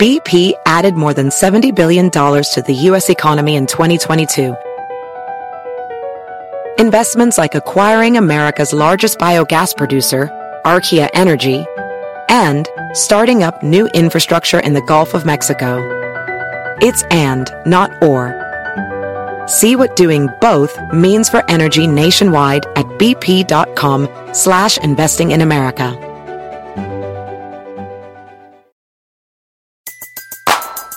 BP added more than $70 billion to the U.S. economy in 2022. Investments like acquiring America's largest biogas producer, Archaea Energy, and starting up new infrastructure in the Gulf of Mexico. It's and, not or. See what doing both means for energy nationwide at bp.com slash investing in America.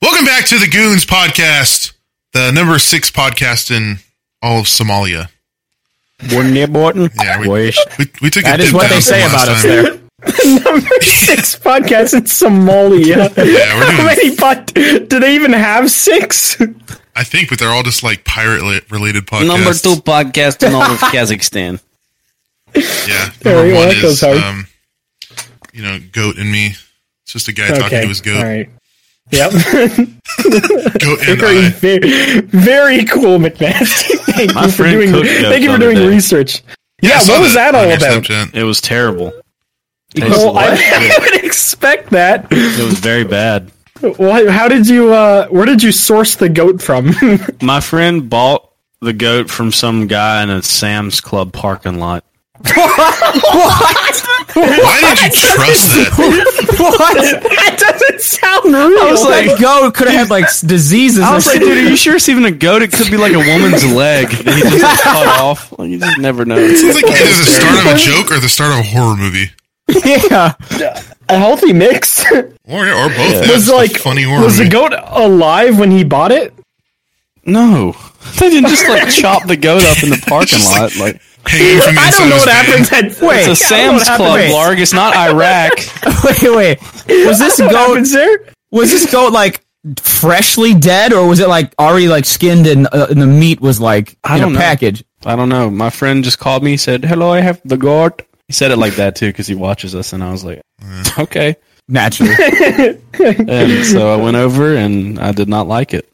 Welcome back to the Goons Podcast, the number six podcast in all of Somalia. Wouldn't you, Borton? Yeah, we- Wish. We, we took a That is dip what down they from say last about us time. there. Number six podcast in Somalia. Yeah, we're How doing- many pod- do they even have six? I think, but they're all just like pirate li- related podcasts. Number two podcast in all of Kazakhstan. yeah. There Number you go, one that goes is, hard. um, you know, goat and me. It's just a guy talking okay, to his goat. all right. Yep, Goat and very, I. very, very cool, McNasty. Thank My you for friend doing. cooked that Thank you for the other doing day. research. I Yeah, saw what was that on all your about? Snapchat. It was terrible. Well, I, Tasted- I would expect that. it was very bad. Why, how did you? Uh, where did you source the goat from? My friend bought the goat from some guy in a Sam's Club parking lot. Why did you trust that? What? that doesn't sound real. I was like, go could have had like s- diseases. Oh, I was or like, dude, are something. you sure it's even a goat? It could be like a woman's leg that he just like, cut off. Like, you just never know. It's like either the start of a joke or the start of a horror movie. yeah. a healthy mix. Or, or both. Yeah. it's was just a like funny horror Was the movie. goat alive when he bought it? No. They didn't just like chop the goat up in the parking Just, lot. Like, Hanging from the I inside don't of know his what van. happens at wait. it's a Sam's Club, wait. Larg. It's not Iraq. Wait, wait. Was this What goat? happens there? Was this goat like freshly dead, or was it like already like skinned and, uh, and the meat was like I in don't a know. package? I don't know. My friend just called me. Said, "Hello, I have the goat." He said it like that too because he watches us, and I was like, "Okay." Naturally. And so I went over, and I did not like it.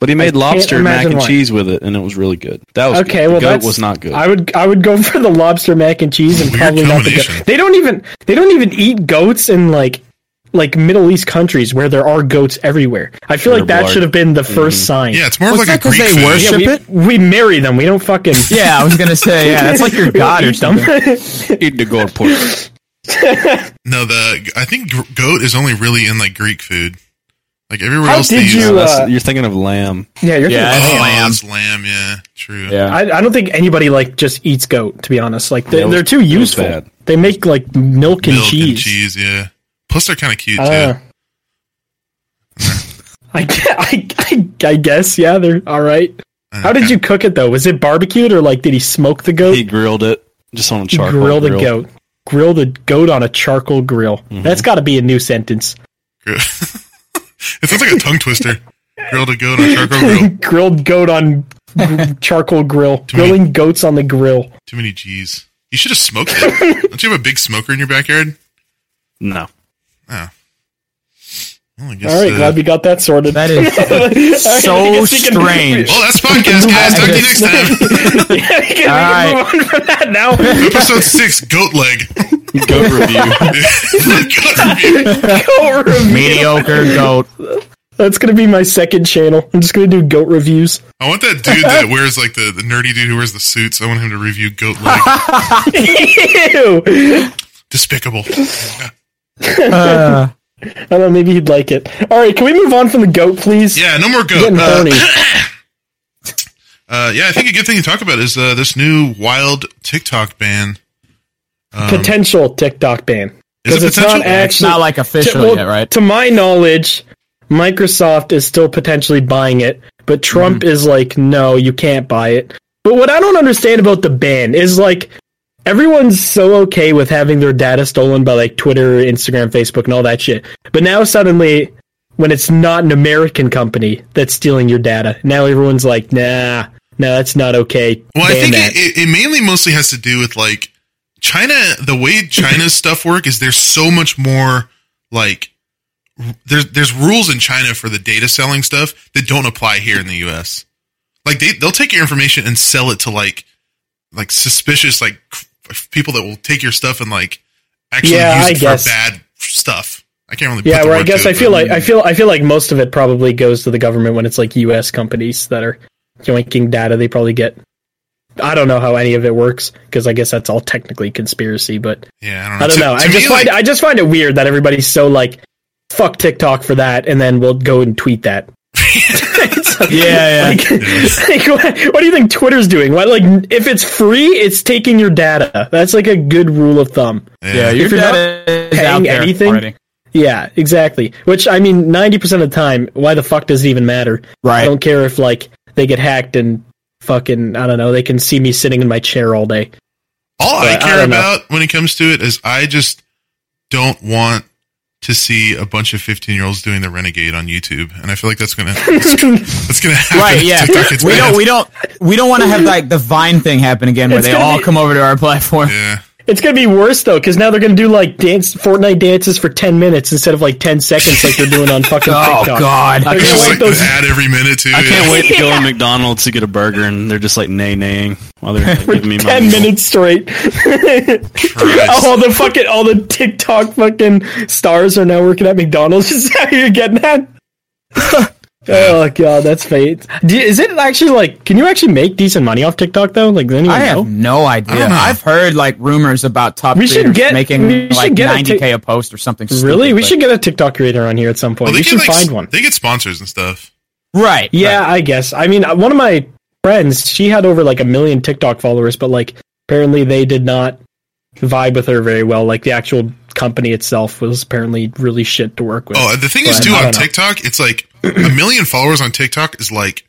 But he made lobster mac imagine and why. cheese with it, and it was really good. That was Good. Okay, well the goat that's, was not good. I would I would go for the lobster mac and cheese and Weird probably not the combination. goat. They don't even they don't even eat goats in like like Middle East countries where there are goats everywhere. I feel like They're that blood. Mm-hmm. should have been the 1st sign. Yeah, it's more Was of that like a 'cause Greek they food. worship- Yeah, we, Ship we marry them. We don't fucking yeah, I was gonna say. Yeah, that's like your we don't god or eat them. something. eat the goat pork. No, the I think gr- goat is only really in like Greek food. Like everywhere How else, did they use you, lamb. uh, That's- you're thinking of lamb. yeah, you're Yeah, thinking- that's Oh, lamb. it's lamb. Yeah, true. Yeah, I, I don't think anybody like just eats goat to be honest. Like they, That was- they're too that was useful. bad. They make like milk and Milk cheese. and cheese. Yeah. Plus, they're kind of cute Uh, too. I, gue- I, I, I guess, yeah, they're all right. Uh, How did you cook it though? Was it barbecued or like did he smoke the goat? he grilled it just on a You charcoal grill the grill. goat. Grill the goat on a charcoal grill. That's got to be a new sentence. it sounds like a tongue twister. Grilled a goat on a charcoal grill. Grilled goat on gr- charcoal grill. To me. Grilling goats on the grill. Too many G's. You should have smoked it. Don't you have a big smoker in your backyard? No, Oh. Well, I guess, All right, uh, glad we got that sorted. That is so strange. well, that's podcast, guys. Talk to you next time. yeah, we can, All we can move on from that now. Episode six, goat leg. goat review. Goat review. Goat review. Mediocre goat. That's gonna be my second channel. I'm just gonna do goat reviews. I want that dude that wears like the, the nerdy dude who wears the suits. I want him to review goat leg. Ew. Despicable. Uh, I don't know. Maybe he'd like it. All right, can we move on from the goat, please? Yeah, no more goat. Getting Uh, horny. uh, yeah, I think a good thing to talk about is uh, this new wild TikTok ban. potential TikTok ban Is because it it's not potential? actually it's not like official to, well, yet, right? To my knowledge, Microsoft is still potentially buying it, but Mm-hmm. Trump is like, no, you can't buy it. But what I don't understand about the ban is like everyone's so okay with having their data stolen by like Twitter, Instagram, Facebook, and all that shit. But now suddenly, when it's not an American company that's stealing your data, now everyone's like, nah, no, that's not okay. Well, I Ban think that. it, it, it mainly mostly has to do with like China. The way China's stuff work is there's so much more like r- there's there's rules in China for the data selling stuff that don't apply here in the U.S. Like they they'll take your information and sell it to like like suspicious like c- people that will take your stuff and like actually Yeah, use I it guess. for bad stuff. I can't really. yeah, put the where I word guess to I it, feel but- like I feel I feel like most of it probably goes to the government when it's like U.S. companies that are yoinking data. They probably get. I don't know how any of it works because I guess that's all technically conspiracy, but yeah, I don't To- know. to I me, just find like- I just find it weird that everybody's so like fuck TikTok for that, and then we'll go and tweet that. It's like- Yeah, yeah. Like, like, what, what do you think Twitter's doing? What like if it's free, it's taking your data. That's like a good rule of thumb. Yeah, your you're not data is paying out there anything- already. Yeah, exactly. Which I mean, ninety percent of the time, why the fuck does it even matter? Right. I don't care if like they get hacked and fucking I don't know. They can see me sitting in my chair all day. All I But I care don't know. about when it comes to it is I just don't want to see a bunch of 15 year olds doing the renegade on YouTube. And I feel like that's going to, that's going to happen. Right, if yeah. TikTok gets We banned. don't we don't we don't want to have like the Vine thing happen again where It's they gonna all be- come over to our platform. Yeah. It's gonna be worse though, because now they're gonna do like dance Fortnite dances for ten minutes instead of like ten seconds, like they're doing on fucking Oh TikTok. god. I I can't can't It's just wait. like those- an ad every minute too. I can't wait to go to McDonald's to get a burger, and they're just like nay naying while they're like, giving me my Ten meal. minutes straight. all the fucking all the TikTok fucking stars are now working at McDonald's. Is that how you're getting that? oh god, that's fate. Do, is it actually like? Can you actually make decent money off TikTok though? Like, does anyone I know? have no idea. know. I've heard like rumors about top We should creators get- we making should like get a ninety tick- k a post or something. Really, stupid, we but- should get a TikTok creator on here at some point. Well, we should like, s- find one. They get sponsors and stuff. right. Yeah, right. I guess. I mean, uh, one of my friends, she had over like a million TikTok followers, but like apparently they did not vibe with her very well. Like the actual company itself was apparently really shit to work with. Oh, the thing is But too I on don't know. TikTok, it's like a million followers on TikTok is like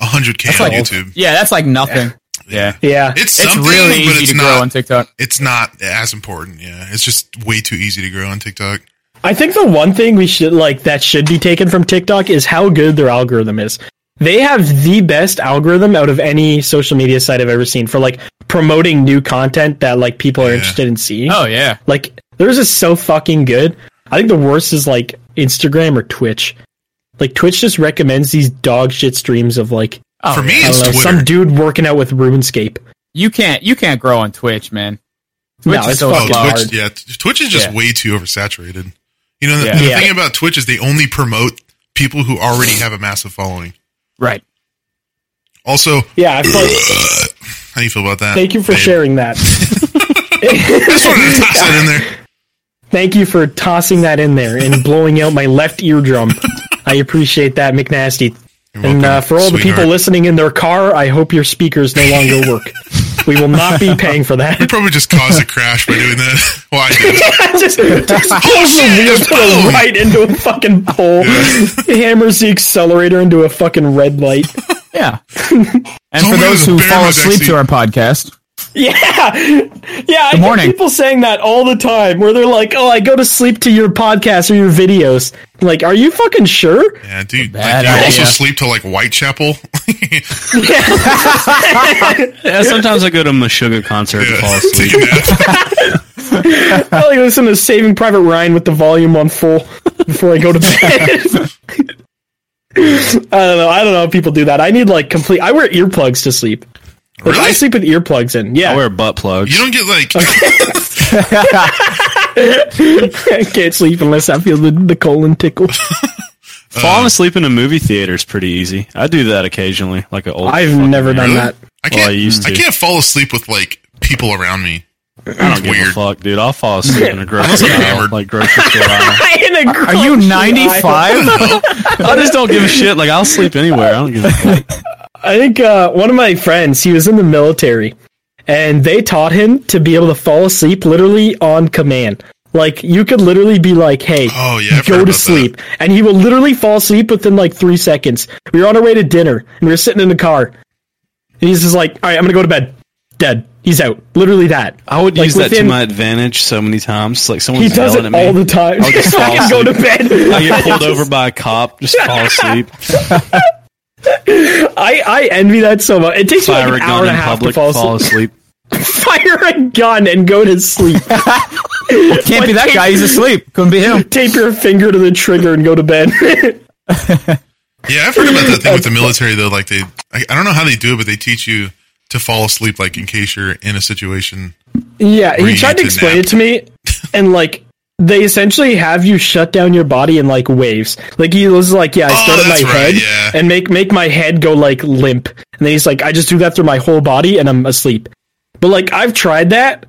100K on like- YouTube. Yeah, that's like nothing. Yeah. Yeah. It's It's something, really but easy it's to not, grow on TikTok. it's not as important. Yeah. It's just way too easy to grow on TikTok. I think the one thing we should like that should be taken from TikTok is how good their algorithm is. They have the best algorithm out of any social media site I've ever seen for like promoting new content that like people are interested in seeing. Oh yeah. Like theirs is so fucking good. I think the worst is like Instagram or Twitch. Like Twitch just recommends these dog shit streams of like Oh, For me, I it's don't know, Twitter. some dude working out with RuneScape. Oh, You can't you can't grow on Twitch, man. Twitch No, is it's so fucking slow. Oh, hard. Twitch, yeah, t- Twitch is just Yeah. way too oversaturated. You know, the, Yeah. the Yeah. thing about Twitch is they only promote people who already have a massive following. Right. Also, Yeah, I feel like, how do you feel about that? thank you for babe? sharing that. Just wanted to toss that in there. Thank you for tossing that in there and blowing out my left eardrum. I appreciate that, McNasty. and uh, welcome, for all the people sweetheart. listening in their car, I hope your speakers no longer work. we will not be paying for that. We probably just caused a crash by doing that. Well, I did. just, just pulls the shit, wheel it's to the following. right into a fucking pole. hammers the accelerator into a fucking red light. Yeah. and Somewhere for those the who bear fall was asleep to actually- our podcast, Yeah, yeah. I get morning. people saying that all the time, where they're like, "Oh, I go to sleep to your podcast or your videos." Like, are you fucking sure? Yeah, dude. Like, Bad do you also idea. sleep till like Whitechapel? Yeah, sometimes I go to a sugar concert and fall Take asleep. a nap. I like listen to Saving Private Ryan with the volume on full before I go to bed. I don't know. I don't know how people do that. I need like complete. I wear earplugs to sleep. Like, I Really? sleep with earplugs in. Yeah. I wear butt plugs. You don't get like. I can't sleep unless I feel the, the colon tickle. Falling asleep in a movie theater is pretty easy. I do that occasionally, like an old. I've never done that. I Well, can't. I used I to. can't fall asleep with like people around me. I don't give weird. a fuck, dude. I'll fall asleep in a grocery aisle, hammered. like grocery store aisle. are you Oh, 95? I just don't give a shit. Like I'll sleep anywhere. I don't give a fuck. I think uh, one of my friends, he was in the military, and they taught him to be able to fall asleep literally on command. Like you could literally be like, "Hey, Oh, yeah, I've heard go about to that. sleep," and he will literally fall asleep within like three seconds. We were on our way to dinner, and we were sitting in the car, and he's just like, "All right, I'm gonna go to bed," dead. He's out. Literally that. I would Like, use that to within- my advantage so many times. Like He someone's does yelling it at me. all the time. I'll just fall Fucking go to asleep. I bed. get pulled over by a cop, just fall asleep. I, I envy that so much. It takes me Fire like a an hour gun and a in half to public, fall fall asleep. asleep. Fire a gun and go to sleep. Can't be that guy. He's asleep. Couldn't be him. Tape your finger to the trigger and go to bed. Yeah, I've heard about that thing with the military though. Like they, I, I don't know how they do it, but they teach you to fall asleep, like in case you're in a situation. Yeah, Where he you tried to need to explain nap. it to me, and like they essentially have you shut down your body in like waves. Like he was like, "Yeah, I Oh, start at that's my right, head yeah. and make make my head go like limp," and then he's like, "I just do that through my whole body and I'm asleep." But like I've tried that,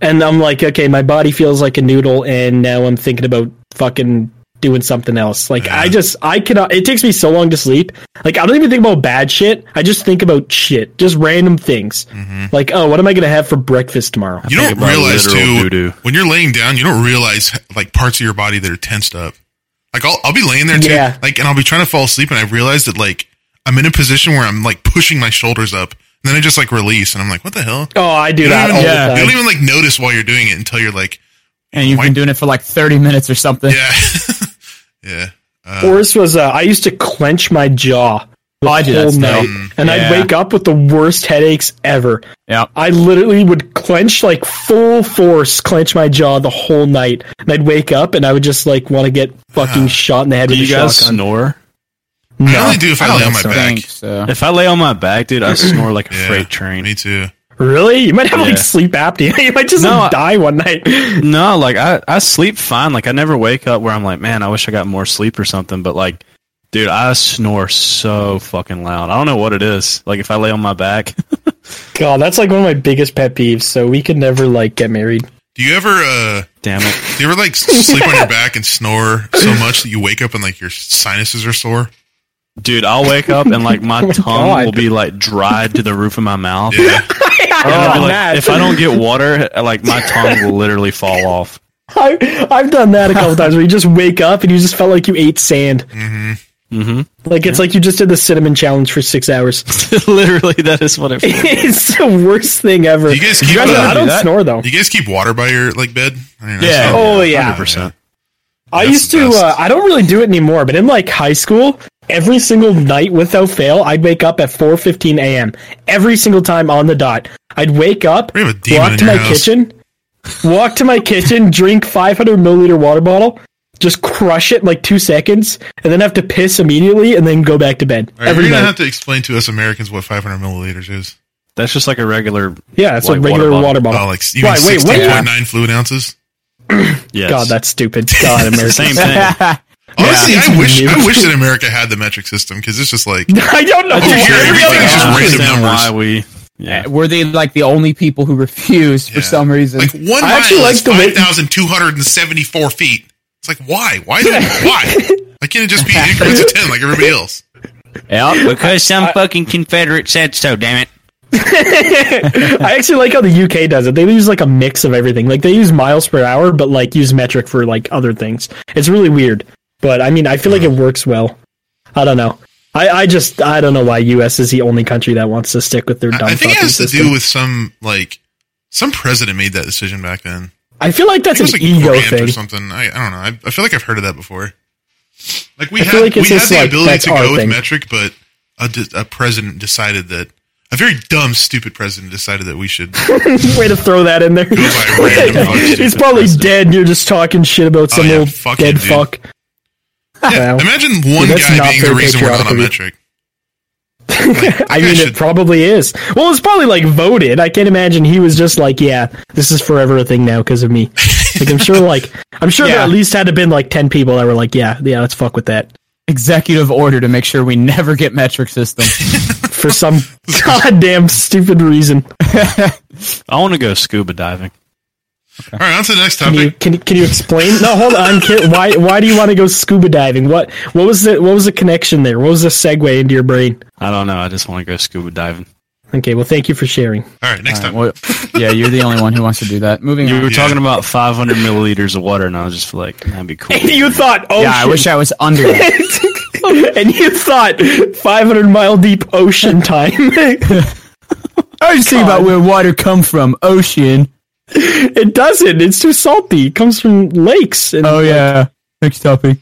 and I'm like, "Okay, my body feels like a noodle," and now I'm thinking about fucking doing something else. Like I just I cannot. It takes me so long to sleep. Like I don't even think about bad shit. I just think about shit, just random things. Mm-hmm. Like oh, what am I gonna have for breakfast tomorrow? You don't about realize literal too doo-doo. when you're laying down, you don't realize like parts of your body that are tensed up. Like I'll I'll be laying there too, Yeah. like, and I'll be trying to fall asleep, and I realize that like I'm in a position where I'm like pushing my shoulders up, and then I just like release, and I'm like, what the hell? Oh, I do You don't, that all even, Mm, yeah. the you time. don't even like notice while you're doing it until you're like, And you've been doing it for like 30 minutes or something. yeah, yeah. Worst was uh, I used to clench my jaw the Oh, I do that whole still. night, and I'd Yeah. wake up with the worst headaches ever. Yeah. I literally would clench like full force, clench my jaw the whole night, and I'd wake up and I would just like want to get fucking shot in the head Do with a you guys shotgun. snore? I only do if I, lay on my back. Think so. If I lay on my back, dude, I snore like a Yeah, freight train. Me too. Really? You might have Yeah. like sleep apnea. you might just No, like, I- die one night. No, like I, I sleep fine. Like I never wake up where I'm like, man, I wish I got more sleep or something. But like, dude, I snore so fucking loud. I don't know what it is. Like if I lay on my back, God, that's like one of my biggest pet peeves. So we could never like get married. Do you ever uh damn it. do you ever like s- sleep on your back and snore so much that you wake up and like your sinuses are sore? Dude, I'll wake up and like Oh my, tongue God. will be like dried to the roof of my mouth. Yeah. And I'll be Oh, like, Matt. if I don't get water, like my tongue will literally fall off. I, I've done that a couple times where you just wake up and you just felt like you ate sand. Mm-hmm. Mm-hmm. Like it's like you just did the cinnamon challenge for six hours. literally, that is what it. feels it's the worst thing ever. Do you guys keep guys uh, ever I don't do that? snore though. do you guys keep water by your like bed? I mean, I Yeah. saw- Oh yeah, 100%. I That's used the to. best. Uh, I don't really do it anymore, but in like high school, every single night without fail, I'd wake up at four fifteen a.m. every single time on the dot. I'd wake up, We have a demon walk in to your my house. kitchen, walk to my kitchen, drink five hundred milliliter water bottle, just crush it in like two seconds, and then have to piss immediately, and then go back to bed. All right, every you're gonna night. have to explain to us Americans what 500 milliliters is. That's just like a regular. yeah, it's a like regular water bottle. Oh, like even Why, wait, what? 16.9 fluid ounces. Yes. God, that's stupid. God, American. same thing. Honestly, I Yeah. wish I Yeah. wish that America had the metric system because it's just like I don't know. Over why here, we everything don't is just have I it. random understand numbers. Why we? Yeah. Were they like the only people who refused for Yeah. some reason? like one I actually mile like is the way- 5,274 feet. It's like why? Why? Do, why? Why can't it just be increments of 10 like everybody else? Yeah, because some fucking Confederate said so. Damn it. I actually like how the UK does it. They use like a mix of everything. Like they use miles per hour, but like use metric for like other things. It's really weird, but I mean, I feel like it works well. I don't know. I, I just I don't know why US is the only country that wants to stick with their dumb. I, I think it fucking has to system. do with some like some president made that decision back then. I feel like that's It an was like ego Grant thing. or something. I, I don't know. I, I feel like I've heard of that before. Like we I had feel like we it's had just the like, ability that's to our go with thing. metric, but a, de- a president decided that a very dumb, stupid president decided that we should go Way to throw that in there. by random. fucking- He's probably dead. and You're just talking shit about some Oh, yeah, old fuck dead him, dude. fuck. Yeah, Wow. imagine one that's guy not being the very reason we're not patriotic on of a you. metric. I mean, should- it probably is. Well, it's probably like voted. I can't imagine he was just like, yeah, this is forever a thing now because of me. Like, I'm sure, like, I'm sure there Yeah. at least had to been like ten people that were like, yeah, yeah, let's fuck with that Executive order to make sure we never get metric system. for some goddamn stupid reason. I want to go scuba diving. All right, on to the next Can you topic. can, you- can you explain? No, hold on. I'm kidding. Why why do you want to go scuba diving? What what was the what was the connection there? What was the segue into your brain? I don't know. I just want to go scuba diving. Okay, well, thank you for sharing. All right, next All right, topic. well, yeah, you're the only one who wants to do that. Moving You on. were talking about 500 milliliters of water, and I was just like, that'd be cool. you thought, oh, Yeah, I wish I was under that. and you thought 500 mile deep ocean time. I just think about God. where water come from. Ocean. It doesn't. It's too salty. It comes from lakes. And Oh yeah. Next topic.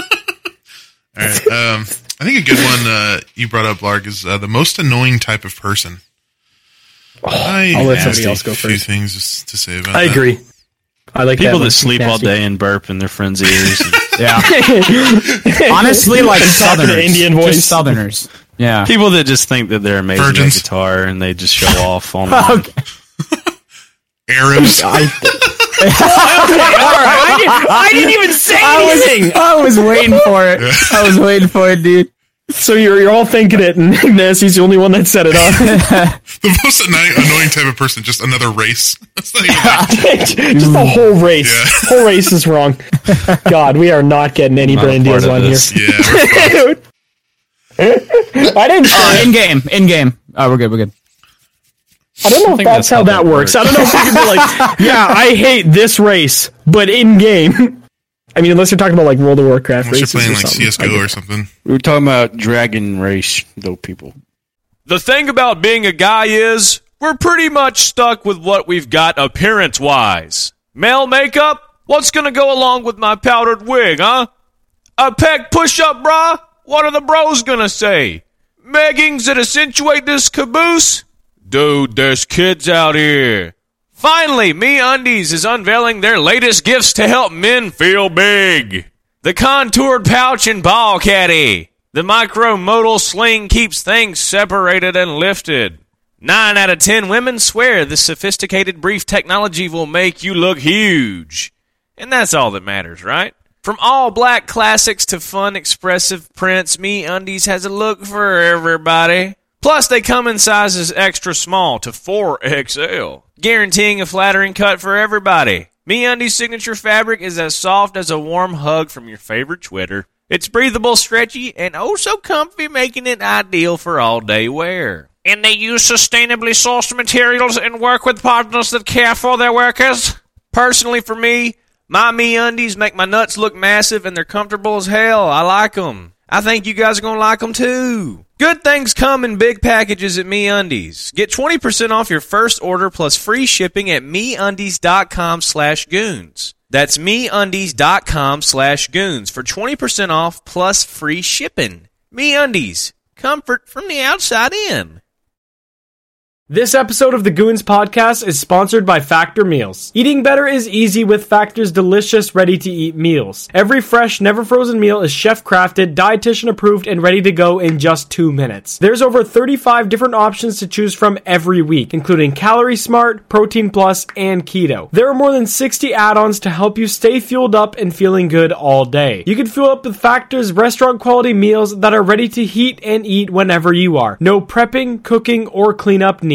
All right. Um, I think a good one uh, you brought up, Lark, is uh, the most annoying type of person. I Oh, I'll let have somebody a else go few first. things to say about. I that. agree. I like People one. that sleep all Nasty. day and burp in their friends' ears. and- Yeah. Honestly, like Southern Southerners. Indian Just voice. Southerners. Yeah. people that just think that they're amazing Virgins. at guitar and they just show off online. Arabs. I, didn't, I didn't even say anything. I was waiting for it. I was waiting for it, dude. So you're you're all thinking it, and Nancy's the only one that said it. Huh? the most anno- annoying type of person, just another race. That's not even that. Just the whole race. Yeah. Whole race is wrong. God, we are not getting any Not a brand part deals of on here. this. Yeah, we're fucked. I didn't. In game. In game. Oh, we're good. We're good. I don't know if think that's how that works. I don't know if you can be like, yeah, I hate this race, but in game. I mean, unless you're talking about like World of Warcraft unless you're races playing or like CS:GO something. or something. We were talking about dragon race, though, people. The thing about being a guy is, we're pretty much stuck with what we've got appearance wise. Male makeup? What's gonna go along with my powdered wig, huh? A pec push up bra? What are the bros gonna say? Meggings that accentuate this caboose? Dude, there's kids out here. Finally, Me Undies is unveiling their latest gifts to help men feel big. The contoured pouch and ball caddy. The micromodal sling keeps things separated and lifted. Nine out of ten women swear this sophisticated brief technology will make you look huge. And that's all that matters, right? From all black classics to fun, expressive prints, Me Undies has a look for everybody. Plus, they come in sizes extra small to 4XL, guaranteeing a flattering cut for everybody. Me Undies' signature fabric is as soft as a warm hug from your favorite Twitter. It's breathable, stretchy, and oh so comfy, making it ideal for all day wear. And they use sustainably sourced materials and work with partners that care for their workers. Personally, for me, my me undies make my nuts look massive and they're comfortable as hell. I like 'em. I think you guys are going to like 'em too. Good things come in big packages at me undies. Get 20% off your first order plus free shipping at meundies.com slash goons. That's meundies.com slash goons for 20% off plus free shipping. Me undies. Comfort from the outside in. This episode of the Goons Podcast is sponsored by Factor Meals. Eating better is easy with Factor's delicious, ready to eat meals. Every fresh, never frozen meal is chef crafted, dietitian approved, and ready to go in just two minutes. There's over 35 different options to choose from every week, including Calorie Smart, Protein Plus, and Keto. There are more than 60 add ons to help you stay fueled up and feeling good all day. You can fuel up with Factor's restaurant quality meals that are ready to heat and eat whenever you are. No prepping, cooking, or cleanup needed.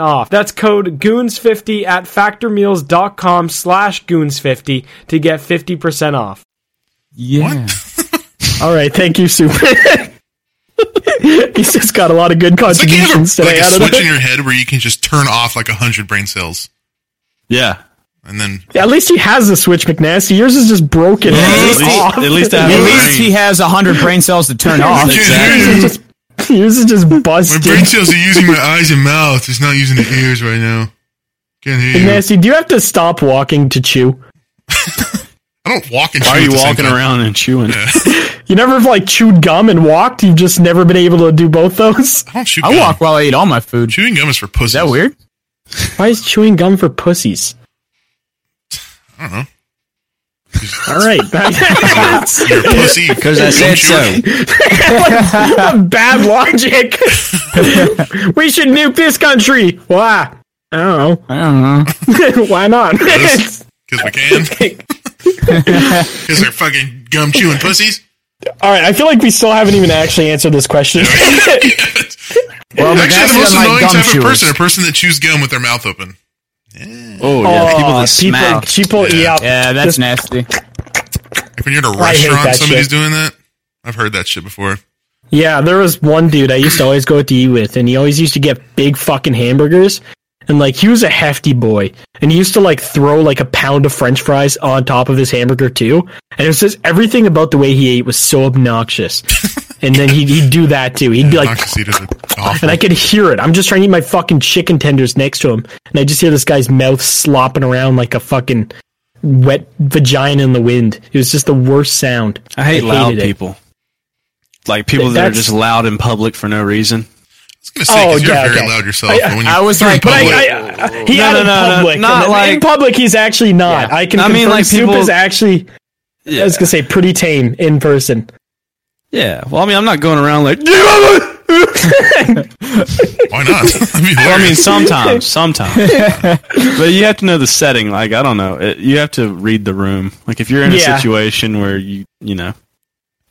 off. That's code goons50 at factormeals.com slash goons50 to get 50% off. Yeah. All right, thank you, Super. He's just got a lot of good It's like you have contributions a, like today a out of switch it. in your head where you can just turn off like a hundred brain cells, yeah. and then At least he has the switch, McNasty. Yours is just broken. At It's least, off. at least I have At a least brain. he has a hundred brain cells to turn off. Dude, Yours is just my brain busted. cells are using my eyes and mouth. It's not using the ears right now. Can't hear you. Nasty, do you have to stop walking to chew? I don't walk and chew Why are at you the same walking time. around and chewing? You never have like chewed gum and walked. You've just never been able to do both those. I don't chew gum. I walk while I eat all my food. Is Chewing gum is for pussies. that weird? Why is chewing gum for pussies? I don't know. All right, that's You're a pussy. Because I said so. bad logic. we should nuke this country. Why? I don't I don't know. know. Why not? Because we can. Because they're fucking gum chewing pussies. All right, I feel like we still haven't even actually answered this question. Well, Actually, the Magasta most might annoying gum type of chewers. person, a person that chews gum with their mouth open. Oh yeah, Oh, people that smell. People, yeah. Yeah, that's nasty. Like when you're at a I hate restaurant, that somebody's shit. doing that. I've heard that shit before. Yeah, there was one dude I used to always go to eat with, and he always used to get big fucking hamburgers. And like he was a hefty boy, and he used to like throw like a pound of French fries on top of his hamburger too. And it was just everything about the way he ate was so obnoxious. and then he'd, he'd do that too. He'd be like, Noxious eaters are awful. and I could hear it. I'm just trying to eat my fucking chicken tenders next to him, and I just hear this guy's mouth slopping around like a fucking wet vagina in the wind. It was just the worst sound. I hate loud hated it. people. Like people that are That's- just loud in public for no reason. was gonna say 'cause Oh, you're yeah, very okay. loud yourself. I- but when you, I was you're in like- but public, I, I, I- he No, had no, in no, no, public. not and in like- public, he's actually not. I can. I mean, mean, like, like soup people- is actually. I was gonna say pretty tame in person. Yeah. Well, I mean, I'm not going around like. why not? That'd be Well, I mean, hilarious. sometimes, sometimes. but you have to know the setting. Like, I don't know. It, you have to read the room. Like, if you're in a Yeah. situation where you, you know,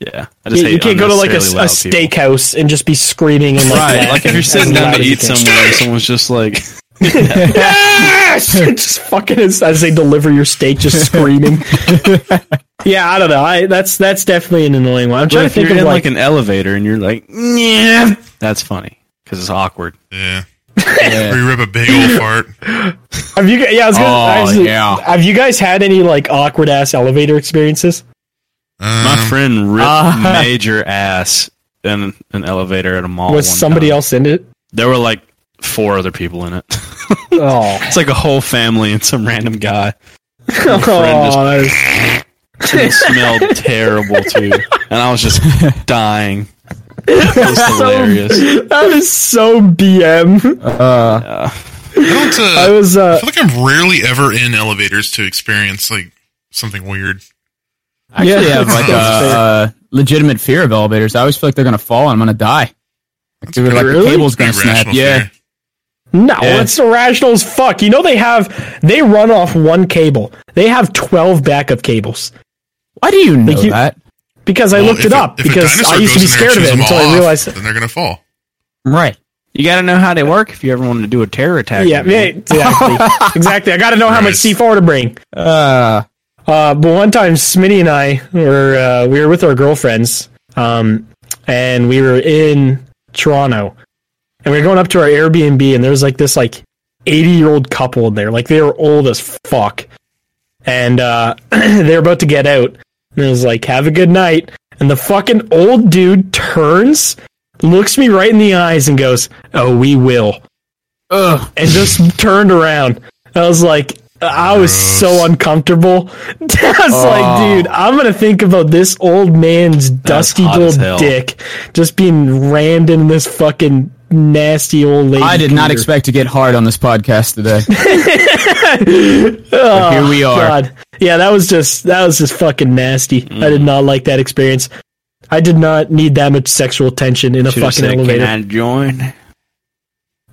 yeah, I just You, hate you can't go to like a, unnecessarily a loud people. steakhouse and just be screaming and like. Right. Like, if laughing you're sitting as down loud to as you eat can. somewhere and someone's just like, Yes! just fucking as, as they deliver your steak, just screaming. yeah, I don't know. I that's that's definitely an annoying one. I'm but trying if to think you're of in like like, an elevator and you're like, yeah, that's funny because it's awkward. yeah. Where you rip a big old fart. have you? gu- Yeah, I was gonna. Oh, actually, yeah. Have you guys had any like awkward ass elevator experiences? Um, My friend ripped Ah. major ass in an elevator at a mall. Was Oh, one somebody time. else in it? There were like four other people in it. Oh. it's like a whole family and some random guy. Oh, that is- And it smelled terrible too. And I was just dying. It was hilarious. that is so BM. Uh, I don't. Uh, I I, was uh feel like I'm rarely ever in elevators to experience like something weird. I actually Yeah. have like a uh, legitimate fear of elevators. I always feel like they're gonna fall and I'm gonna die. Like, dude, like Really? the cable's gonna Pretty snap. rational Yeah, fear. no, it's irrational as fuck. You know they have they run off one cable. They have twelve backup cables. why do you know Like, you- that? because I Well, looked if it a- up if a because dinosaur I used to goes be in there and scared of chews it them until all I off, realized. then they're gonna fall. Right. You gotta know how they work if you ever wanted to do a terror attack. Yeah, yeah, exactly. exactly. I got to know how much Nice. C4 to bring. Uh, Uh, but one time, Smitty and I were uh, we were with our girlfriends, um, and we were in Toronto, and we were going up to our Airbnb, and there was like this like eighty year old couple in there, like they were old as fuck, and uh, they were about to get out, and it was like have a good night, and the fucking old dude turns, looks me right in the eyes, and goes, "Oh, we will," ugh. and just turned around. I was like, I was so uncomfortable. I was like, dude, I'm gonna think about this old man's dusty hot as hell. little dick just being rammed in this fucking nasty old lady. I did not computer. expect to get hard on this podcast today. But here we are. Oh, God. Yeah, that was just that was just fucking nasty. I Mm. did not like that experience. I did not need that much sexual tension in a Should've fucking said, elevator. Can I join?